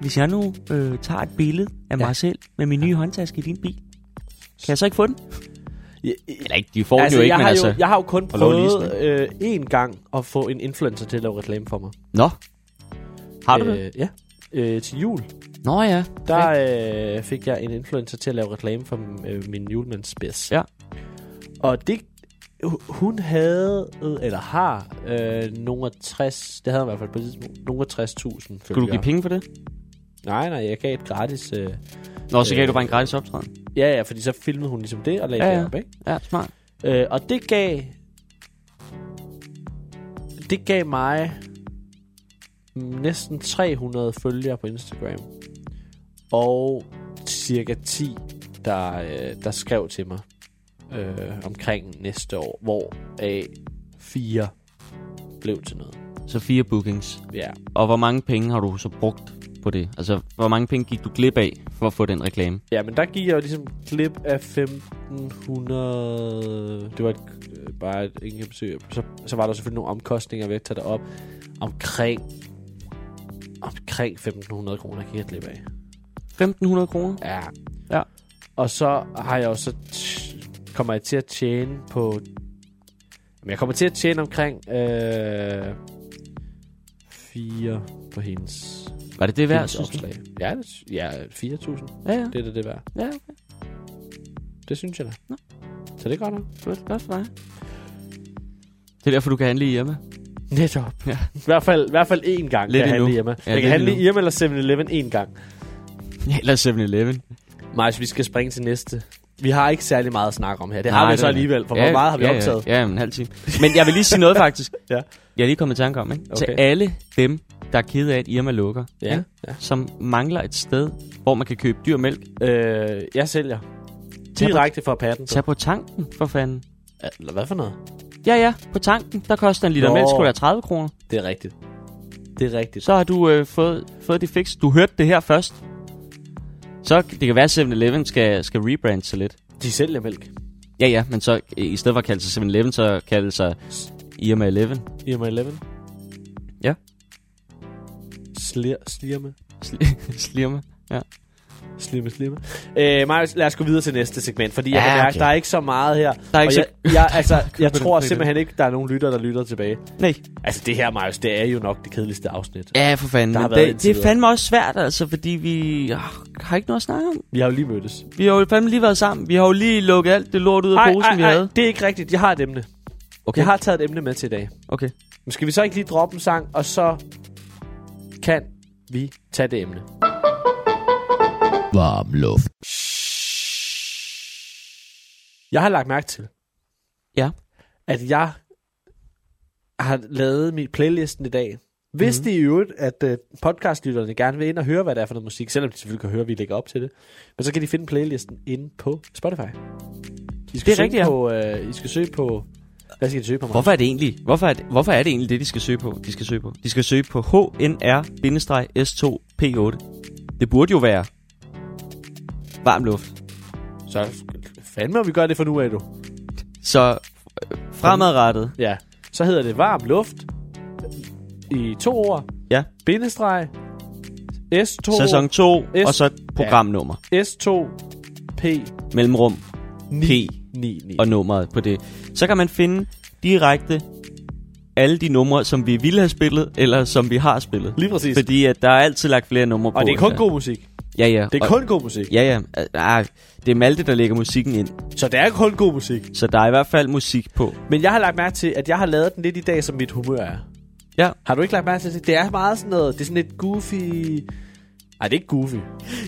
hvis jeg nu øh, tager et billede af mig
Ja.
selv med min nye håndtaske i din bil, kan jeg så ikke få den?
Jeg, jeg,
Eller ikke, de får altså, den jo ikke,
jeg,
men
har
altså...
jo, jeg har jo kun
Hvor lå
prøvet øh, én gang at få en influencer til at lave reklame for mig.
Nå, har du øh... det?
øh, Ja. Øh, til jul,
Nå ja,
der øh, fik jeg en influencer til at lave reklame for m- øh, min julemandsspids.
Ja.
Og det, hu- hun havde, øh, eller har, øh, nogle af 60, det havde hun i hvert fald på et tidspunkt, nogle af 60.000 følgere.
skulle du give penge for det?
Nej, nej, jeg gav et gratis... Øh,
Nå, så gav
Øh.
du bare en gratis optræden.
ja, ja, fordi så filmede hun ligesom det og lagde
Ja,
ja,
ja.
det op, ikke?
Ja, smart.
Øh, og det gav... Det gav mig næsten 300 følgere på Instagram. Og cirka 10, der, øh, der skrev til mig øh, omkring næste år, hvor af 4 blev til noget.
Så fire bookings.
Ja.
Og hvor mange penge har du så brugt på det? Altså, hvor mange penge gik du glip af for at få den reklame?
ja, men der gik jeg jo ligesom klip af 1500... Det var et, øh, bare et enkelt besøg. Så, så var der selvfølgelig nogle omkostninger ved at tage det op. Omkring omkring 1500 kroner gik jeg glip af.
1.500 kroner?
Ja.
Ja.
Og så har jeg jo så t- kommer jeg til at tjene på... Jamen, jeg kommer til at tjene omkring... Øh, 4 på hendes,
Var det det værd,
hendes
synes du?
opslag. Ja, det- ja 4.000.
Ja, ja.
Det er det, det værd.
Ja, okay.
Det synes jeg da.
Nå.
Så det er godt nok.
Godt, godt for dig. Det er derfor, du kan handle i hjemme.
Netop.
Ja.
Ja. I hvert fald, i hvert fald én gang
Lidt
kan jeg handle
endnu.
i Irma.
Ja,
jeg
lidt
kan handle
endnu.
i Irma eller 7-Eleven én gang.
Eller 7-Eleven.
Marius, vi skal springe til næste. Vi har ikke særlig meget at snakke om her. Det har
Nej,
vi så
er-
alligevel, for hvor meget har vi
ja,
optaget?
Ja, ja, en halv time. Men jeg vil lige sige
*laughs*
noget faktisk.
Ja.
Jeg er lige kommet i tanke om, ikke? Okay. Til
Okay.
alle dem, der er kede af, at Irma lukker,
Ja,
ikke? som mangler et sted, hvor man kan købe dyr mælk.
ja. Øh, jeg sælger.
Tag på-
Direkte fra patten.
Tag på tanken, for fanden.
Eller hvad for noget?
Ja, ja, på tanken, der koster en liter
Nå.
mælk, skulle være 30 kroner.
Det er rigtigt. Det er rigtigt.
Så har du øh, fået, fået det fix. Du hørte det her først. Så det kan være, at 7-Eleven skal, skal rebrande sig lidt.
De sælger mælk.
Ja, ja, men så øh, i stedet for at kalde sig 7-Eleven, så kalde sig Irma 11. *laughs*
Irma 11.
Ja.
Slir, slirme.
Sli- Slirme.
Slimme, slimme. Øh, Marius, lad os gå videre til næste segment, fordi ja, jeg
Ja,
kan mærke,
okay.
der er ikke så meget her.
Der er
Og
ikke
jeg,
så...
jeg,
*laughs*
altså, jeg
på den
tror
fri
simpelthen ikke, der er nogen lytter, der lytter tilbage.
Nej.
Altså, det her, Marius, det er jo nok det kedeligste afsnit.
Ja, for fanden.
Der har
Men
været
det,
indtil
det er
videre.
fandme også svært, altså, fordi vi øh, har ikke noget at snakke om.
Vi har jo lige mødtes.
Vi har jo fandme lige været sammen. Vi har jo lige lukket alt det lort ud af posen, vi havde.
det er ikke rigtigt. Jeg har et emne. Okay.
Okay,
Jeg har taget et emne med til i dag.
okay.
Men skal vi så ikke lige droppe en sang, og så kan vi tage det emne.
Varm luft.
Jeg har lagt mærke til,
Ja.
at jeg har lavet min playlisten i dag Hvis
Mhm.
mm-hmm. de i øvrigt, at øh, podcastlytterne gerne vil ind og høre, hvad det er for noget musik, selvom de selvfølgelig kan høre, at vi lægger op til det, men så kan de finde playlisten inde på Spotify. I skal
Det er
søge
rigtigt, ja.
På, øh, I skal søge på... Hvad skal de søge på? Mark?
Hvorfor er det egentlig? Hvorfor er det, hvorfor er det egentlig det, de skal søge på? De skal søge på. De skal søge på HNR-S2P8. Det burde jo være varm luft.
Så fandme, om vi gør det for nu af, du.
Så øh, fremadrettet.
Ja. Så hedder det varm luft i to ord.
Ja.
Bindestreg. S2.
Sæson 2
S-
og så programnummer.
S2. P.
Mellemrum
9.
P
9. 9.
og nummeret på det. Så kan man finde direkte alle de numre, som vi ville have spillet, eller som vi har spillet.
Lige præcis.
Fordi at der er altid lagt flere numre på.
Og det er kun
end der-
god musik.
Ja, ja.
Det er
og-
kun god musik.
Ja, ja. Ah, det er Malte, der lægger musikken ind.
Så det er kun god musik.
Så der er i hvert fald musik på.
Men jeg har lagt mærke til, at jeg har lavet den lidt i dag, som mit humør er.
Ja.
Har du ikke lagt mærke til det? Det er meget sådan noget, det er sådan lidt goofy... Nej, det er ikke goofy.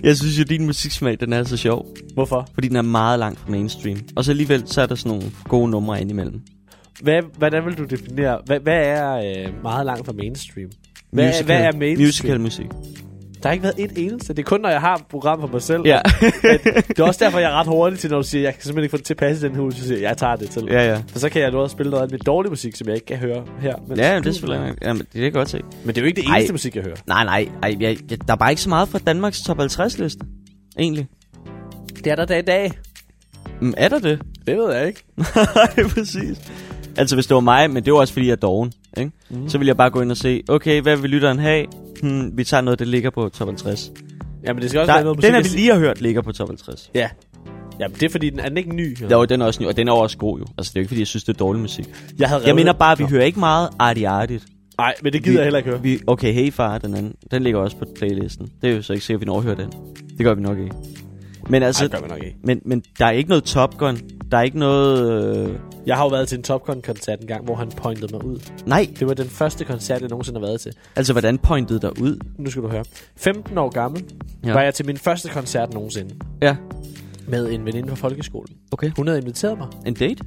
Jeg synes jo, din musiksmag, den er så sjov.
Hvorfor?
Fordi den er meget langt fra mainstream. Og så alligevel, så er der sådan nogle gode numre indimellem.
Hvad, hvordan vil du definere, hvad, hvad er øh, meget langt fra mainstream? Hvad, er- hvad er mainstream?
Musical musik.
Der har ikke været et eneste. Det er kun, når jeg har et program for mig selv.
Ja.
*laughs* Det er også derfor, jeg er ret hurtig til, når du siger, jeg kan simpelthen ikke få det til at passe i den hus. Så siger jeg, jeg tager det til.
ja, ja.
Så, så kan jeg nå at spille noget af mit dårlige musik, som jeg ikke kan høre her. mens
Ja, det
du
er selvfølgelig.
hører.
nok. Jamen, det kan jeg godt se.
Men det er jo ikke det
Ej.
eneste Ej. musik, jeg hører.
Nej, nej. Ej, jeg, jeg, der er bare ikke så meget fra Danmarks top 50 liste. Egentlig.
Det er der dag i dag.
Mm, er der
*laughs*
det?
Det ved jeg ikke.
Nej, præcis. Altså, hvis det var mig, men det var også fordi, jeg er doven, ikke? Mm.
Mhm.
Så ville jeg bare gå ind og se, okay, hvad vil lytteren have? Hmm, vi tager noget, der ligger på top 50.
Ja, men det skal også være
Der,
noget musik.
den er
jeg
vi lige har hørt ligger på top 50.
Ja. Jamen, det er fordi, den er den ikke ny.
Jo, den er også ny, og den er også god jo. Altså, det er jo ikke, fordi jeg synes, det er dårlig musik.
Jeg, havde
Jeg mener bare, at vi
Nå.
hører ikke meget arti-artigt.
Nej, men det gider jeg heller ikke høre.
Vi, okay, hey far, den anden, den ligger også på playlisten. Det er jo så ikke sikkert, at vi når at høre den. Det gør vi nok ikke. Men altså,
Ej, det gør vi nok ikke.
men, men der er ikke noget Top Gun. Der er ikke noget... Øh...
Jeg har jo været til en Top Gun-koncert en gang, hvor han pointede mig ud.
Nej,
Det var den første koncert, jeg nogensinde har været til.
altså hvordan pointede der ud?
Nu skal du høre. 15 år gammel
Ja.
ja. var jeg til min første koncert nogensinde.
Ja.
Med en veninde fra folkeskolen.
Okay.
Hun havde inviteret mig.
En date?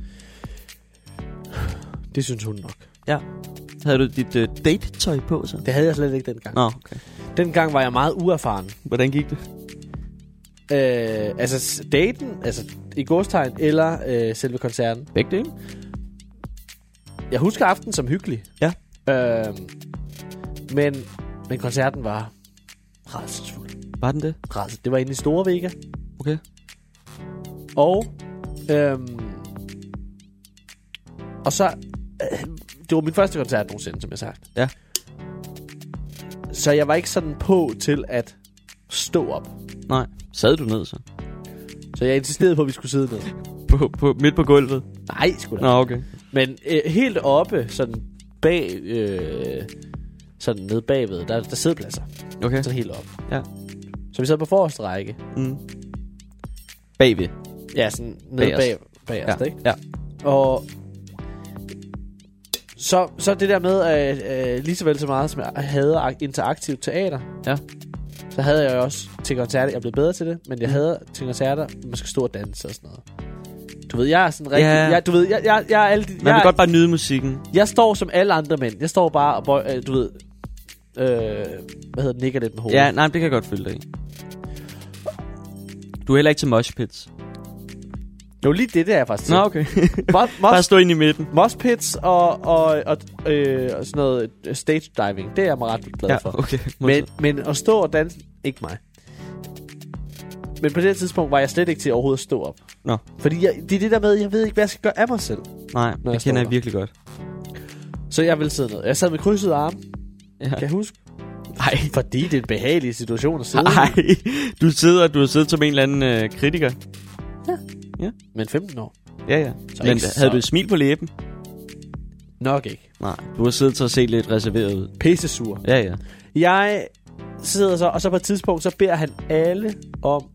Det synes hun nok.
Havde du dit øh, date-tøj på så?
Det havde jeg slet ikke dengang.
Nå, okay.
Dengang var jeg meget uerfaren.
Hvordan gik det?
Øh, altså s- daten, altså i godstegn, eller øh, selve koncerten.
Begge dele.
Jeg husker aftenen som hyggelig.
Ja.
Øh, men, men koncerten var rædselsfuld.
Var den det?
Rædsel. Det var inde i Store Vega.
Okay.
Og, øhm, og så, øh, det var min første koncert nogensinde, som jeg sagt.
Ja.
Så jeg var ikke sådan på til at stå op.
Nej. Sad du ned så?
Så jeg insisterede på, at vi skulle sidde ned.
På, på, midt på gulvet?
Nej, skulle da.
Nå, okay.
Men øh, helt oppe, sådan bag, øh, sådan nede bagved, der, der sidder pladser.
Okay.
Sådan helt oppe.
Ja.
Så vi sad på forreste række.
Mm. Bagved.
Ja, sådan nede bag,
Bagerst.
bag
Ja.
os, Altså, ikke?
ja.
Og så, så det der med, øh, øh, lige så vel så meget som jeg havde ak- interaktivt teater,
Ja.
så havde jeg jo også til koncerter, jeg blev bedre til det,
Mm.
men jeg havde til koncerter, man skal stå og danse og sådan noget. Du ved, jeg er sådan rigtig...
Ja.
Yeah. Jeg, du ved, jeg, jeg, jeg, er alle, de-
Man
jeg,
vil godt bare nyde musikken.
jeg står som alle andre mænd. Jeg står bare og, bøj- øh, du ved, øh, hvad hedder det, nikker lidt med hovedet.
Ja, nej, men det kan jeg godt følge dig i. Du er heller ikke til moshpits.
Jo, lige det der er jeg faktisk.
Nå,
til.
okay.
Mo-
*laughs* bare
*laughs* mos-
stå ind i midten.
Mospits og, og, og, øh, og sådan noget øh, stage diving, det er jeg mig ret glad
Ja,
for.
okay.
Men,
Men,
men at stå og danse, ikke mig. Men på det her tidspunkt var jeg slet ikke til overhovedet at stå op.
Nå.
Fordi jeg, det er det der med, jeg ved ikke, hvad jeg skal gøre af mig selv.
nej,
Nå,
det kender
jeg står
jeg
der.
virkelig *laughs* godt.
Så jeg ville sidde ned. Jeg sad med krydsede arme,
Ja.
kan jeg huske.
Ej.
Fordi det er en behagelig situation at sidde i.
Ej, du sidder, du har siddet som en eller anden øh, kritiker.
Men 15 år?
Ja, ja.
Så
Men
ikke så-
havde du et smil på læben?
Nok ikke.
Nej. Du har siddet til at se lidt reserveret ud.
Pissesur.
Ja, ja.
Jeg sidder så, og så på et tidspunkt, så beder han alle om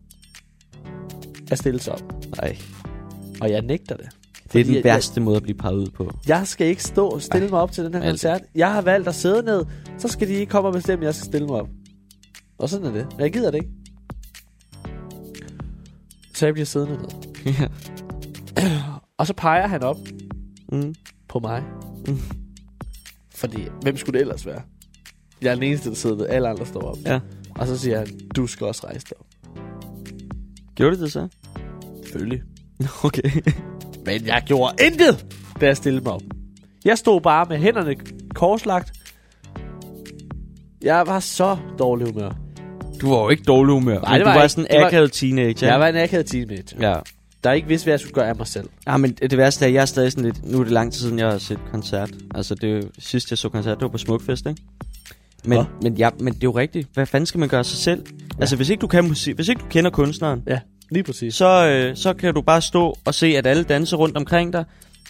at stille sig op.
Nej.
Og jeg nægter det.
Det er
Fordi
den
jeg-
værste måde at blive peget ud på.
Jeg skal ikke stå og stille mig op til den her
Alt.
koncert. Jeg har valgt at sidde ned. Så skal de ikke komme og bestemme, at jeg skal stille mig op. Og sådan er det. Men jeg gider det ikke. Så jeg bliver siddende ned.
*laughs* Ja.
Og så peger han op
Mm.
på mig.
Mm.
*laughs* Fordi, hvem skulle det ellers være? Jeg er den eneste, der sidder ved. Alle andre står op.
Ja.
Og så siger han, du skal også rejse dig op.
Gjorde det det så?
Selvfølgelig.
*laughs* Okay.
Men jeg gjorde intet, da jeg stillede mig op. Jeg stod bare med hænderne korslagt. Jeg var så dårlig humør.
Du var jo ikke dårlig humør. Nej,
det
det
var
var du var
ikke.
sådan
Det
en
var-
akavet teenager.
Jeg var en akavet teenager,
Ja.
der ikke vidste, hvad jeg skulle gøre af mig selv.
Ja, Ah, men det værste er, at jeg er stadig sådan lidt... Nu er det lang tid siden, jeg har set koncert. Altså, det er jo, sidst jeg så koncert, det var på Smukfest, ikke? Men,
Hva?
men, ja, men det er jo rigtigt. Hvad fanden skal man gøre sig selv? Ja. Altså, hvis ikke du kan musik, hvis ikke du kender kunstneren,
Ja, lige præcis.
så, øh, så kan du bare stå og se, at alle danser rundt omkring dig.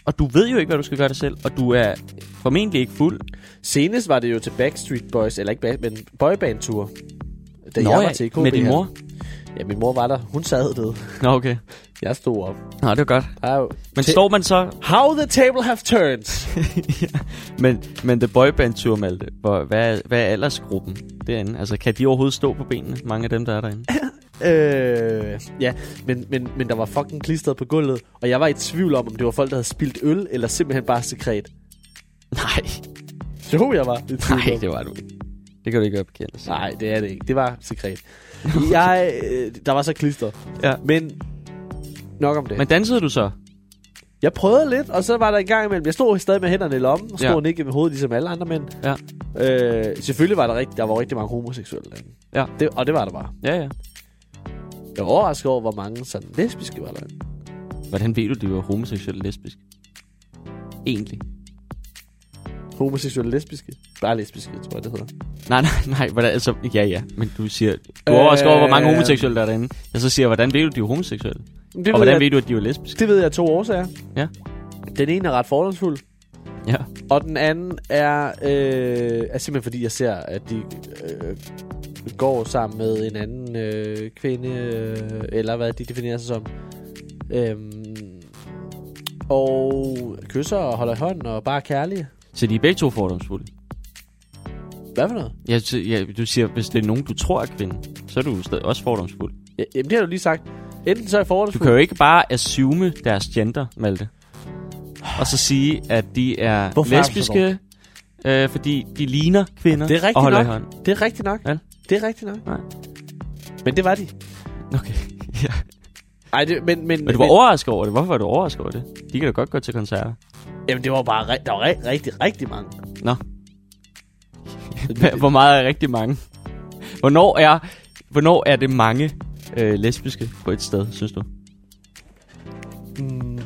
Og du ved jo ikke, hvad du skal gøre dig selv. Og du er formentlig ikke fuld.
Senest var det jo til Backstreet Boys, eller ikke back, men boybandture. Da
Nå
jeg
ja,
var til EKB.
med din mor?
Ja, min mor var der. Hun sad dernede.
Nå, okay.
Jeg stod op.
Nå, det var godt.
Der er jo
Men
Til-
står man så
How the table have turned. *laughs*
Men, men The Boyband Tour, Malte, hvor, hvad, er- hvad er aldersgruppen derinde? Altså, kan de overhovedet stå på benene, mange af dem, der er derinde?
øh, ja, men, men, men der var fucking klistret på gulvet, og jeg var i tvivl om, om det var folk, der havde spildt øl, eller simpelthen bare sekret.
*laughs* Nej,
Jo, jeg var i tvivl
nej,
om.
det var du ikke. Det kan du ikke være bekendt. at sige.
Nej, det er det ikke. Det var *laughs* sekret. jeg, øh, der var så klistret.
Ja.
Men nok om det.
Men dansede du så?
Jeg prøvede lidt, og så var der en gang imellem. Jeg stod stadig med hænderne i lommen, og
Ja.
stod ja. ikke med hovedet ligesom alle andre mænd.
Ja.
Øh, selvfølgelig var der, rigtig, der var rigtig mange homoseksuelle derinde.
Ja.
Det, og det var der bare.
Ja, ja.
Jeg var overrasket over, hvor mange sådan lesbiske var derinde.
Hvordan ved du, de var homoseksuelle lesbisk? Egentlig.
Homoseksuelle lesbiske. Bare lesbiske, tror jeg, det hedder.
Nej, nej, nej. Hvordan, altså, ja, ja. Men du siger, du øh, overrasker over, hvor mange
Øh.
homoseksuelle der er derinde. Jeg så siger, hvordan ved du, de var homoseksuelle?
Men Det
Og hvordan
jeg,
ved du, at de var lesbiske?
det ved jeg af to årsager.
Ja.
Den ene er ret fordomsfuld,
Ja.
og den anden er, øh, er simpelthen fordi, jeg ser, at de øh, går sammen med en anden øh, kvinde, øh, eller hvad de definerer sig som. Øhm, og kysser og holder i hånden og bare er kærlige.
Så de er begge to fordomsfulde.
Hvad for noget?
Ja, så- ja, du siger, hvis det er nogen, du tror er kvinde, så er du stadig også fordomsfuld.
Ja, Jamen, det har du lige sagt. Enten så er jeg
Du
fordomsfuld.
kan jo ikke bare assume deres gender, Malte. Og så sige, at de er
Hvorfor er du så
lesbiske, øh, fordi de ligner kvinder.
Det er rigtigt
og holder
nok.
i hånd.
Det er rigtigt nok.
Vel?
Det er rigtigt nok.
Nej.
Men det var de.
Okay. ja.
Ej, det, men, men,
Men du var overrasket over det. Hvorfor var du overrasket over det? De kan da godt gå til
*laughs*
koncerter.
Jamen, det var bare ri- der var ri- rigtig, rigtig mange.
Nå. Hva- Hvor meget er rigtig mange? Hvornår er, hvornår er det mange øh, lesbiske på et sted, synes du?
Mm.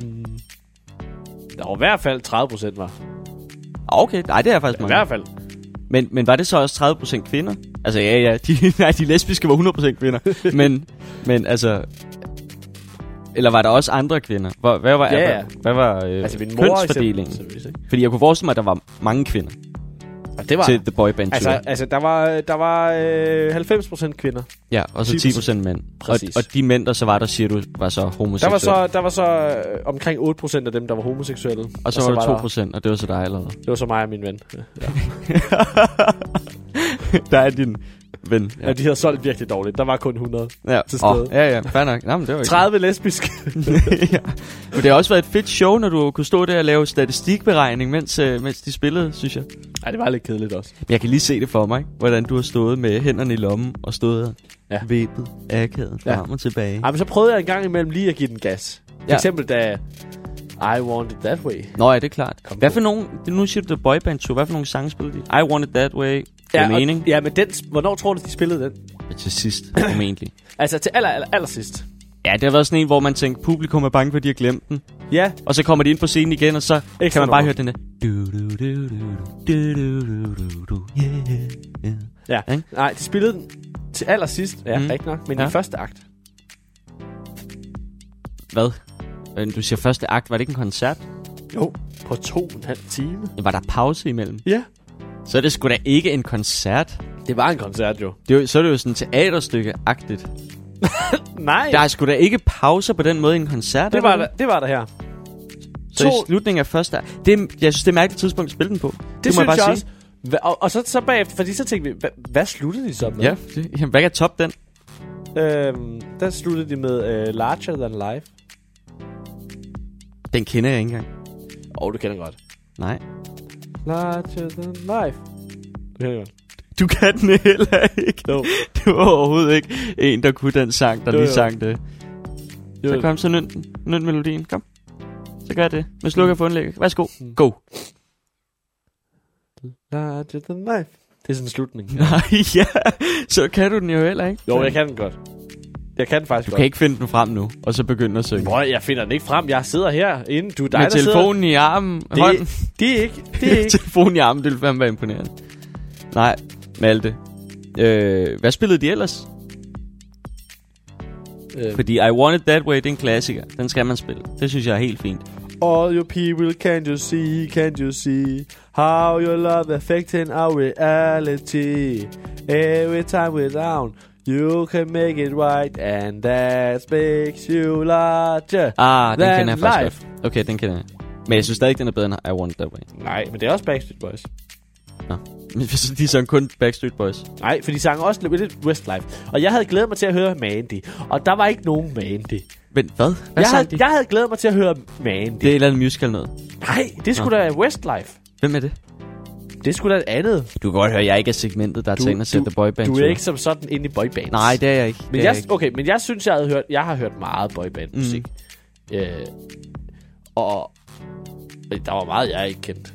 Der var i hvert fald 30 procent, var.
Ah, Okay, nej, det er faktisk
I
mange.
hvert fald.
Men, men var det så også 30% kvinder? Altså ja, ja, de, *laughs* nej, de lesbiske var 100%
*laughs*
kvinder. men, men altså... Eller var der også andre kvinder? Hvor, hvad var,
Ja, ja.
hvad var øh,
Altså,
altså,
min mor
kønsfordelingen?
eksempelvis, ikke?
Fordi jeg kunne forestille mig, at der var mange kvinder
Og det var...
til The Boy Band
Altså,
altså,
altså, der var, der var øh, 90 procent kvinder.
Ja, og så 10% mænd. Og,
Præcis.
og de mænd, der så var der, siger du, var så
Der var
homoseksuelle.
så, der var så øh, omkring 8 procent af dem, der var homoseksuelle.
og så, var det 2%, og det var så dig allerede.
Der, det var så mig og min ven. Ja.
*laughs* der er din ven.
Ja. de havde solgt virkelig dårligt. Der var kun 100.
ja.
til
Åh,
stede.
ja, ja, fair nok. Nej, men det var ikke
30 lesbiske. *laughs*
*laughs* ja. Men det har også været et fedt show, når du kunne stå der og lave statistikberegning, mens, øh, mens de spillede, synes jeg.
Ej, det var lidt kedeligt også.
Men jeg kan lige se det for mig, ikke? hvordan du har stået med hænderne i lommen og stået og
Ja.
ja. vippet akavet
Ja.
frem og tilbage.
Ej, men så prøvede jeg en gang imellem lige at give den gas. For
Ja.
eksempel da I Want It That Way.
Nå ja, det er klart.
Kom
Hvad
på.
for nogle, det- nu siger du det boyband tour, hvad for nogle sange spillede de? I Want It That Way, ja,
og-
mening.
ja, men den, hvornår tror du, de spillede den?
Og til sidst, formentlig. *clears throat*
Altså til aller, aller, aller sidst.
Ja, det har været sådan en, hvor man tænkte, publikum er bange for, at de har glemt den.
Ja,
Og så kommer de ind på scenen igen, og så Ekstra kan man bare
nummer.
høre den der... Du, du, du, du, du, du, du, du, du, yeah, yeah.
ja.
Ikke?
Nej, de spillede den til allersidst. Ja, mm.
Mm.
rigtig nok. Men ja.
Ja.
i første akt.
Hvad? Øh, Du siger første akt, var det ikke en koncert?
Jo. På to og en halv time.
Var der pause imellem?
Ja.
Så er det sgu da ikke en koncert.
Det var en koncert jo.
Det er jo, så er det jo sådan teaterstykke-agtigt.
Nej,
Der er sgu da ikke pauser på den måde i en koncert.
det,
er
var
der.
der, det var der her.
Så i slutningen af første akt. Det er, jeg synes, det er et mærkeligt tidspunkt at spille den på. Det,
det
må
synes
jeg bare
jeg
sige.
også. Hva, og, og så, så bagefter, fordi så tænkte vi, hva, hvad sluttede de så med?
Ja, det, jamen, hvad kan top den?
Øhm, der sluttede de med øh, Larger Than Life.
Den kender jeg ikke engang.
Åh, oh, du kender godt.
Nej.
Larger Than Life. Du kender godt.
Du kan den heller ikke.
Jo.
*laughs* Det var overhovedet ikke en, der kunne den sang, der
Jo,
lige
jo.
sang det.
Jo.
Så kom, så nød, den. nød melodien. Kom. Så gør det. Med slukker for indlæg. Værsgo.
Mm.
Go.
Larger than life. Det er sådan en slutning.
*laughs* Nej, ja. Så kan du den jo heller ikke.
Jo, jeg kan den godt. Jeg kan den faktisk
Du
godt.
kan ikke finde den frem nu, og så begynde at synge.
Prøv, jeg finder den ikke frem. Jeg sidder her inde. Du er dig,
Med
der sidder.
telefonen i armen.
Det,
hånden.
det er ikke.
*laughs*
Det er ikke.
telefonen i armen, det ville fandme være imponerende. Nej, Malte. Øh, hvad spillede de ellers?
Øh,
Fordi I Want It That Way, det er en klassiker. Den skal man spille. Det synes jeg er helt fint.
All your people, can you see, can you see How your love affecting our reality Every time we're down You can make it right And that makes you larger
Ah, den
That
kender jeg faktisk
life.
godt. Okay, den kender jeg. Men jeg synes stadig ikke, den er bedre end I Want It That Way.
Nej, men det er også Backstreet Boys
Men hvis *laughs* de er sådan kun Backstreet Boys.
Nej, for de sang også lidt Westlife Og jeg havde glædet mig til at høre Mandy Og der var ikke nogen Mandy
Men hvad? Hvad
jeg
sang
havde,
de?
jeg havde glædet mig til at høre Mandy
Det er et eller andet musical noget.
Nej, det skulle da Westlife
Hvem er det?
Det skulle da et andet
Du kan godt høre, jeg ikke er segmentet, der er
Du-
til at sætte
du-
The Boy Band
Du
to.
er ikke som sådan inde i boybands
Nej, det er jeg ikke.
Men
det er
jeg,
jeg ikke.
okay, men jeg synes, jeg, havde hørt, jeg har hørt meget boybandmusik. Mm. Øh, og der var meget, jeg ikke kendte.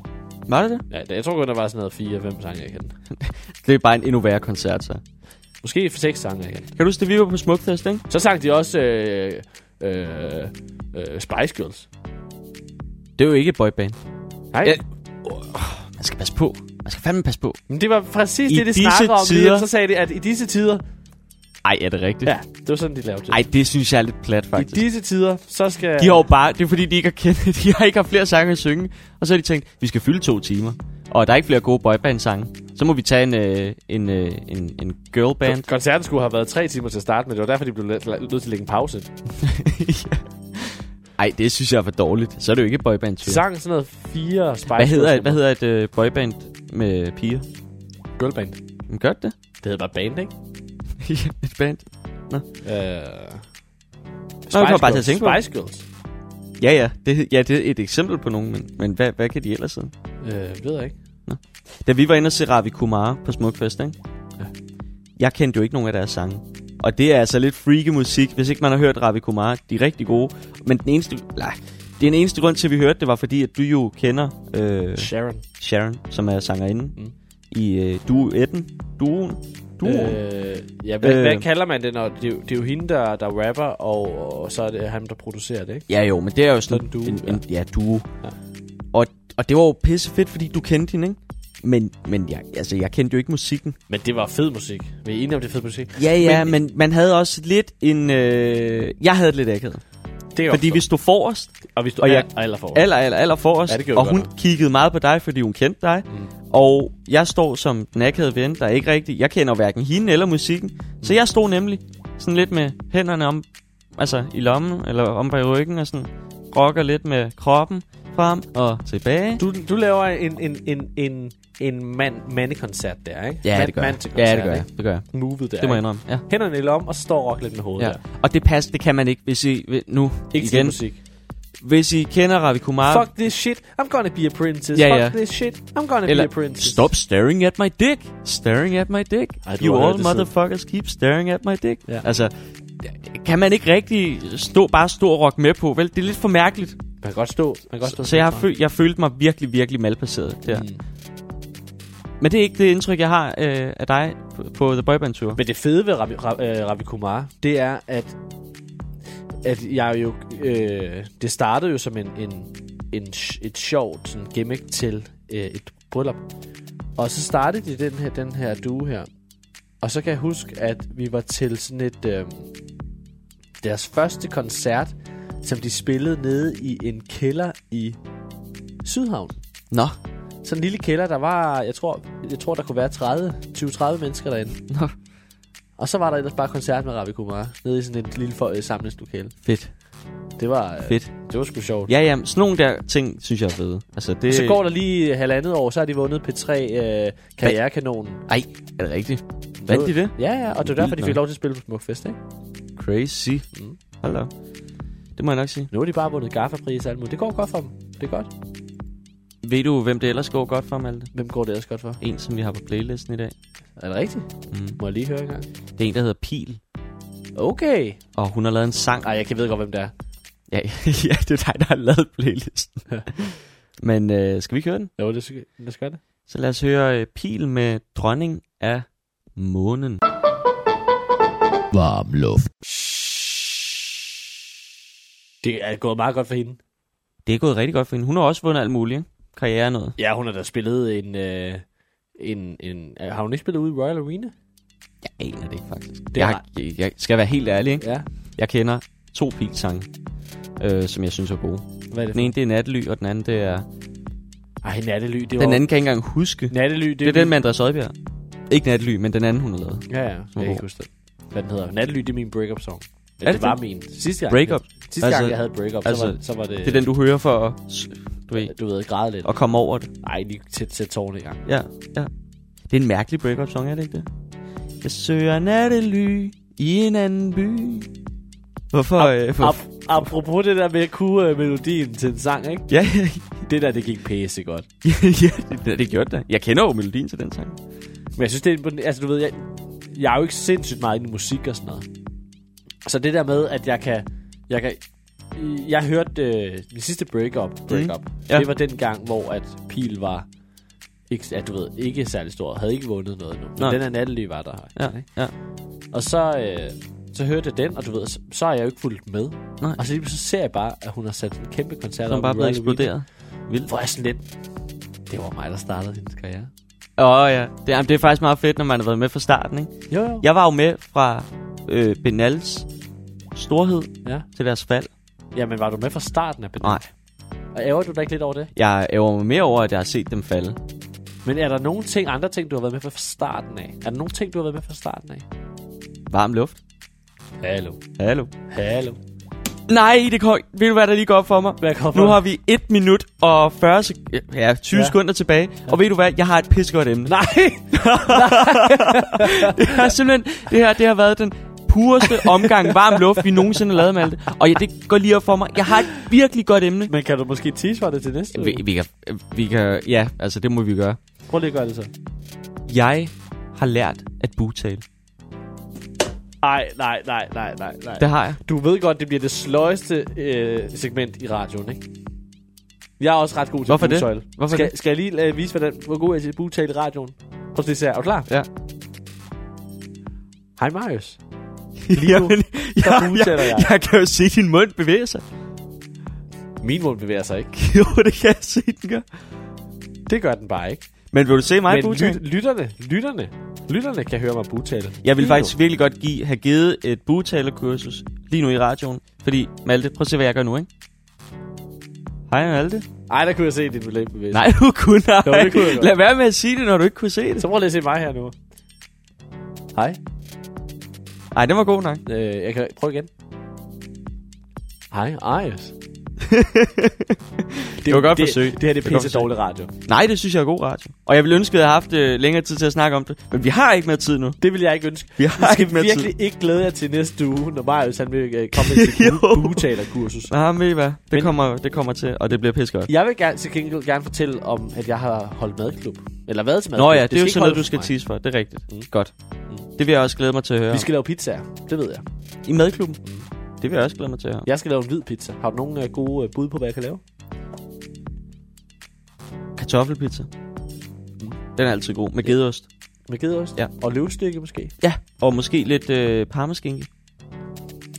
Var det det?
Ja, jeg tror kun, der var sådan noget 4-5 sange, jeg kendte.
Det er bare en endnu værre koncert, så.
Måske 6 sange, jeg kendte.
Kan du huske, da vi var på Smukfest, ikke?
Så sang de også øh, øh, øh, Spice Girls.
Det er jo ikke et boyband.
Nej,
Ja.
ja.
Man skal passe på. Man skal fandme passe på.
men det var præcis
I
det, de
disse
snakkede om.
tider-
Tider. Så sagde de, at i disse tider...
Ej, er det rigtigt?
Ja, det var sådan, de lavede det.
Ej, det synes jeg er lidt plat,
I
faktisk. De,
disse tider, så skal...
de har jo bare... Det er fordi, de ikke har kendt... *laughs* De har ikke haft flere sange at synge. Og så har de tænkt, vi skal fylde to timer. Og der er ikke flere gode boyband-sange. Så må vi tage en, øh, en, øh, en, en girlband.
Koncerten skulle have været 3 timer til at starte med. Det var derfor, de blev nødt til at lægge en pause.
Ej, det synes jeg er for dårligt. Så er det jo ikke boyband
De
-tur.
sang sådan noget fire Spice
Hvad hedder,
Girls
et, hvad hedder et øh, boyband med piger?
Girlband.
Men gør det *laughs* det?
Det hedder bare band, ikke?
et band?
Øh...
Nå, jeg kommer bare til at tænke på det.
Spice Girls.
Ja, ja. Det, ja, det er et eksempel på nogen, men, men hvad, hvad kan de ellers hedde?
Øh, ved jeg ikke.
Da vi var inde og se Ravi Kumar på Smukfest, ikke?
Ja.
Jeg kendte jo ikke nogen af deres sange. Og det er altså lidt freaky musik, hvis ikke man har hørt Ravi Kumar. De er rigtig gode. Men den eneste... Nej, den eneste grund til, at vi hørte det, var fordi, at du jo kender øh,
Sharon.
Sharon, som er sangerinde mm.
Mm.
i øh, duetten. Duen. Duen. Øh,
Øh, ja, hvad, øh. hvad
Øh.
kalder man det, når det, er jo- det er jo hende, der, der rapper, og, og så er det ham, der producerer det, ikke?
ja, jo, men det er jo sådan
Så er det
en,
duo,
en, ja, duo. Ja.
Ja.
Og, og det var jo pisse fedt, fordi du kendte hende, ikke? Men, men jeg, altså, jeg kendte jo ikke musikken.
Men det var fed musik. Vi er enige om, det er fed musik.
Ja, ja, men, men man havde også lidt en... Øh, jeg havde det lidt akavet.
Det er
Fordi vi stod forrest,
og hvis du
og
og er
jeg-
jeg, eller for
aller, aller, aller forrest,
Ja, det gjorde
og
vi
hun
godt nok.
kiggede meget på dig, fordi hun kendte dig. Mm.
Mm.
Og jeg står som den akavede ven, der er ikke rigtig... Jeg kender hverken hende eller musikken. Mm. Så jeg stod nemlig sådan lidt med hænderne om... Altså i lommen, eller om bag ryggen, og sådan rokker lidt med kroppen frem og tilbage.
du, du laver en, en, en, en, en mand, mandekoncert der, ikke? mand, mandekoncert,
Ja, det gør jeg.
ikke?
Det gør jeg.
Movet der,
Det må jeg
ikke?
indrømme. Ja.
Hænderne i lommen, og så står og rocker lidt med hovedet
Ja.
der.
Og det pas, det kan man ikke, hvis I... vil- Nu,
Ikke til
igen.
musik.
Hvis I kender Ravi Kumar...
Fuck this shit, I'm gonna be a princess.
Ja,
Fuck
ja.
this shit, I'm gonna
Eller,
be a princess.
Stop staring at my dick. Staring at my dick.
Ej, du
you
har hørt
all
det siden.
motherfuckers keep staring at my dick.
Ja.
Altså, kan man ikke rigtig stå, bare stå og rock med på? Vel, det er lidt for mærkeligt.
Man kan godt stå. Man kan godt stå
Så jeg, har føl- jeg følte mig virkelig, virkelig malplaceret der. Mm. Men det er ikke det indtryk, jeg har øh, af dig på, på The Boyband Tour.
Men det fede ved Ravi, Ravi, øh, Ravi Kumar, det er, at, at jeg jo... Øh, det startede jo som en, en, en sh- et sjovt sådan gimmick til øh, et bryllup. Og så startede de den her, den her due her. Og så kan jeg huske, at vi var til sådan et... Øh, deres første koncert, som de spillede nede i en kælder i Sydhavn.
Nå,
Sådan en lille kælder, der var, jeg tror, jeg tror der kunne være 30, 20-30 mennesker derinde.
Nå.
Og så var der ellers bare koncert med Ravi Kumar, nede i sådan et lille for, øh, samlingslokale.
fedt,
Det var, øh,
fedt.
det var sgu sjovt.
Ja, ja, sådan nogle der ting, synes jeg er fede. Altså, det...
Så går der lige halvandet år, så har de vundet P3 øh, Karrierekanonen.
Ej, er det rigtigt? Vandt de det?
Ja, ja, og det var derfor, de
nok.
fik lov til at spille på Smukfest, ikke?
Crazy.
Mm.
Hold da op. Det må jeg nok sige.
Nu har de bare vundet gaffapris og alt muligt. Det går godt for dem. Det er godt.
Ved du, hvem det ellers går godt for, Malte?
Hvem går det ellers godt for?
En, som vi har på playlisten i dag.
Er det rigtigt?
Mm.
Må jeg lige høre en gang?
Det er en, der hedder Pil,
Okay.
og hun har lavet en sang.
Ej, jeg kan ved godt, hvem det er.
Ja, *laughs* ja, det er dig, der har lavet playlisten. Men øh, skal vi ikke høre den?
Jo, det skal, lad os gøre det.
Så lad os høre øh, Pil med Dronning af Månen.
Varm luft.
Det er gået meget godt for hende.
Det er gået rigtig godt for hende. Hun har også vundet alt muligt, ikke? Karriere og noget.
Ja, hun har da spillet en... Øh, en, en, øh, har hun ikke spillet ude i Royal Arena?
Jeg aner det ikke, faktisk.
Det
Jeg,
har-
har, jeg, jeg skal være helt ærlig, ikke?
Ja.
Jeg kender to Pil-sange, øh, som jeg synes er gode.
Hvad er det?
Den ene, det er Nattely, og den anden, det er...
Ej, Nattely, det var...
Den anden kan jeg ikke engang huske.
Nattely, det,
Det er den med Andreas Højbjerg. Ikke Nattely, men den anden, hun har lavet.
Ja, ja. Jeg kan ikke huske det. Hvad den hedder. Nattely, det er min breakup song. Ja,
Er det
det, det var min. Sidste gang,
Breakup.
sidste gang
Altså-
jeg havde breakup, altså,
altså,
så, var, så var det...
Det er den, du hører for at, s- du ved,
Du ved, græde lidt.
at komme over det.
Ej, lige tæt, tæt tårne i gang.
Ja, ja. Det er en mærkelig breakup song, er det ikke det? Jeg søger nattely i en anden by. Hvorfor? Up, øh, for...
Ap- apropos det der med at kunne øh, melodien til en sang, ikke?
*laughs* Ja, ja,
Det der, det gik pæse godt.
ja, det, det gjorde det. Jeg kender jo melodien til den sang.
Men jeg synes, det er imponerende. Altså, du ved, jeg, jeg er jo ikke sindssygt meget inde i musik og sådan noget. Så det der med, at jeg kan... Jeg, kan, jeg hørte øh, min sidste breakup, breakup mm.
Ja.
ja. det var den gang, hvor at Pil var ikke, ja, du ved, ikke særlig stor, havde ikke vundet noget endnu. Men
Nej.
den her nattely var der.
Ja, ja.
Og så, øh, så hørte jeg den, og du ved, så, så har jeg jo ikke fulgt med.
Nej.
Og så lige pludselig så ser jeg bare, at hun har sat en kæmpe koncert
Som
op
bare
i
er blevet
Royal Arena.
eksploderet. Vildt.
Hvor jeg sådan lidt... Det var mig, der startede hendes karriere.
Åh oh, ja, det, jamen, det er faktisk meget fedt, når man har været med fra starten, ikke?
Jo, jo.
Jeg var jo med fra øh, Benals storhed
Ja.
til deres fald.
Jamen, var du med fra starten af Benal?
Nej,
Og ærger du dig ikke lidt over det?
jeg ærger mig mere over, at jeg har set dem falde.
Men er der nogle ting, andre ting, du har været med fra starten af? Er der nogle ting, du har været med fra starten af?
Varm luft.
Hallo.
Hallo.
Hallo.
Nej, det kom, ved du hvad, der lige går op for mig?
Hvad kommer?
Nu har vi 1 minut og 40 sek- ja, 20 ja.
Ja.
sekunder tilbage. Ja. Og ved du hvad, jeg har et pissegodt emne.
*laughs* Nej!
Det, er simpelthen, det her det har været den pureste omgang varm luft, vi nogensinde har lavet med alt det. Og ja, det går lige op for mig. Jeg har et virkelig godt emne.
Men kan du måske tease for det til næste
Vi, vi, kan, vi kan, ja, altså det må vi gøre.
Prøv lige at gøre det så.
Jeg har lært at butale.
Ej, nej, nej, nej, nej, nej.
Det har jeg.
Du ved godt, det bliver det sløjeste øh, segment i radioen, ikke? Jeg er også ret god til
Hvorfor det?
butøjle.
Hvorfor
skal,
det?
skal jeg lige øh, vise, hvordan, hvor god jeg er til at butale i radioen? Prøv at se, så er er du klar?
Ja.
Hej, Marius.
Lige
nu,
jeg,
bugtaler
jeg,
jeg.
jeg kan jo se din mund bevæge sig.
Min mund bevæger sig ikke.
jo, det kan jeg se, den gør.
Det gør den bare ikke.
Men vil du se mig
Men lyt,
butale?
lytterne, lytterne, lytterne kan høre mig butale.
Jeg vil
Lige nu.
faktisk virkelig godt give, have givet et butalerkursus lige nu i radioen. Fordi, Malte, prøv at se, hvad jeg gør nu, ikke? Hej, Malte.
Ej, der kunne jeg se dit bevægelse.
Nej, du kunne
Jo,
ej.
det kunne jeg godt.
Lad være med at sige det, når du ikke kunne se det.
Så prøv lige at se mig her nu. Hej.
Nej, det var god nok.
Øh, jeg kan prøve igen. Hej, Arius.
*laughs* Det var godt
det,
forsøg.
Det her det
Det
er
var godt
pisse dårlig radio.
Nej, det synes jeg er god radio. Og jeg ville ønske, at jeg havde haft øh, længere tid til at snakke om det. Men vi har ikke mere tid nu.
Det vil jeg ikke ønske.
Vi
Jeg
har
skal
ikke mere tid.
virkelig ikke glæde jer til næste uge, når Marius han vil øh, komme
*laughs*
med sit
Jo.
bugetalerkursus.
Nej, men ved I hvad? Det,
Men-
kommer, det kommer til, og det bliver pisse godt.
Jeg vil gerne, til gengæld gerne fortælle om, at jeg har holdt madklub. Eller været til madklub.
Nå ja, det, det er jo
ikke
sådan noget,
holdes
du
for
skal
mig.
tease for. Det er rigtigt.
Mm.
Mm. Godt.
Mm.
Mm. Det vil jeg også glæde mig til at høre.
Vi skal lave pizzaer, det ved jeg.
I madklubben? Mm. Det vil jeg også glæde mig til at høre.
Jeg skal lave en hvid pizza. Har du nogle øh, gode øh, bud på, hvad jeg kan lave?
Kartoffelpizza. Mm. Den er altid god. Med gedeost.
Med gedeost?
Ja.
Og løvstykke måske?
Ja. Og måske lidt øh, parmaskinke.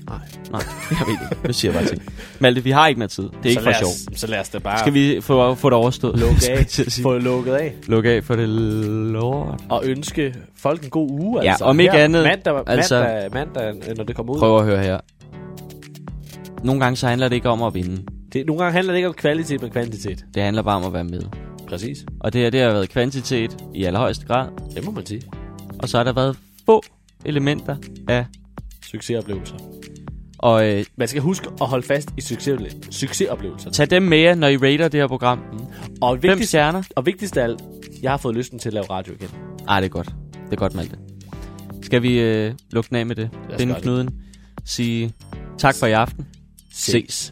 Nej.
Nej, jeg ved det ikke. Det siger jeg bare til. Malte, vi har ikke mere tid. Det er så ikke for sjov.
Så lad os da bare
Skal vi få, få det overstået? *laughs*
lukke
Skulle
af,
jeg til at sige.
få lukket af
Luk af for det lort.
og ønske folk en god uge.
Ja,
altså.
om ikke
Her,
andet,
Mandag,
altså-
mandag, mandag, øh, når det kommer ud.
Prøv at høre her. Nogle gange så handler det ikke om at vinde.
Det, nogle gange handler det ikke om kvalitet, men kvantitet.
Det handler bare om at være med.
Præcis.
Og det her, det har været kvantitet i allerhøjeste grad.
Det må man sige.
Og så har der været få elementer af...
Succesoplevelser.
Og øh,
Man skal huske at holde fast i succesople- succesoplevelser.
tag dem med jer, når I rater det her program.
Og
Fem
vigtigst,
stjerner.
og vigtigst af alt, jeg har fået lysten til at lave radio igen.
Ej, det er godt. Det er godt, Malte. Skal vi øh, lukke den af med det?
os
Binde
gøre det.
knuden. Sige tak for i aften.
Ses.
Ses.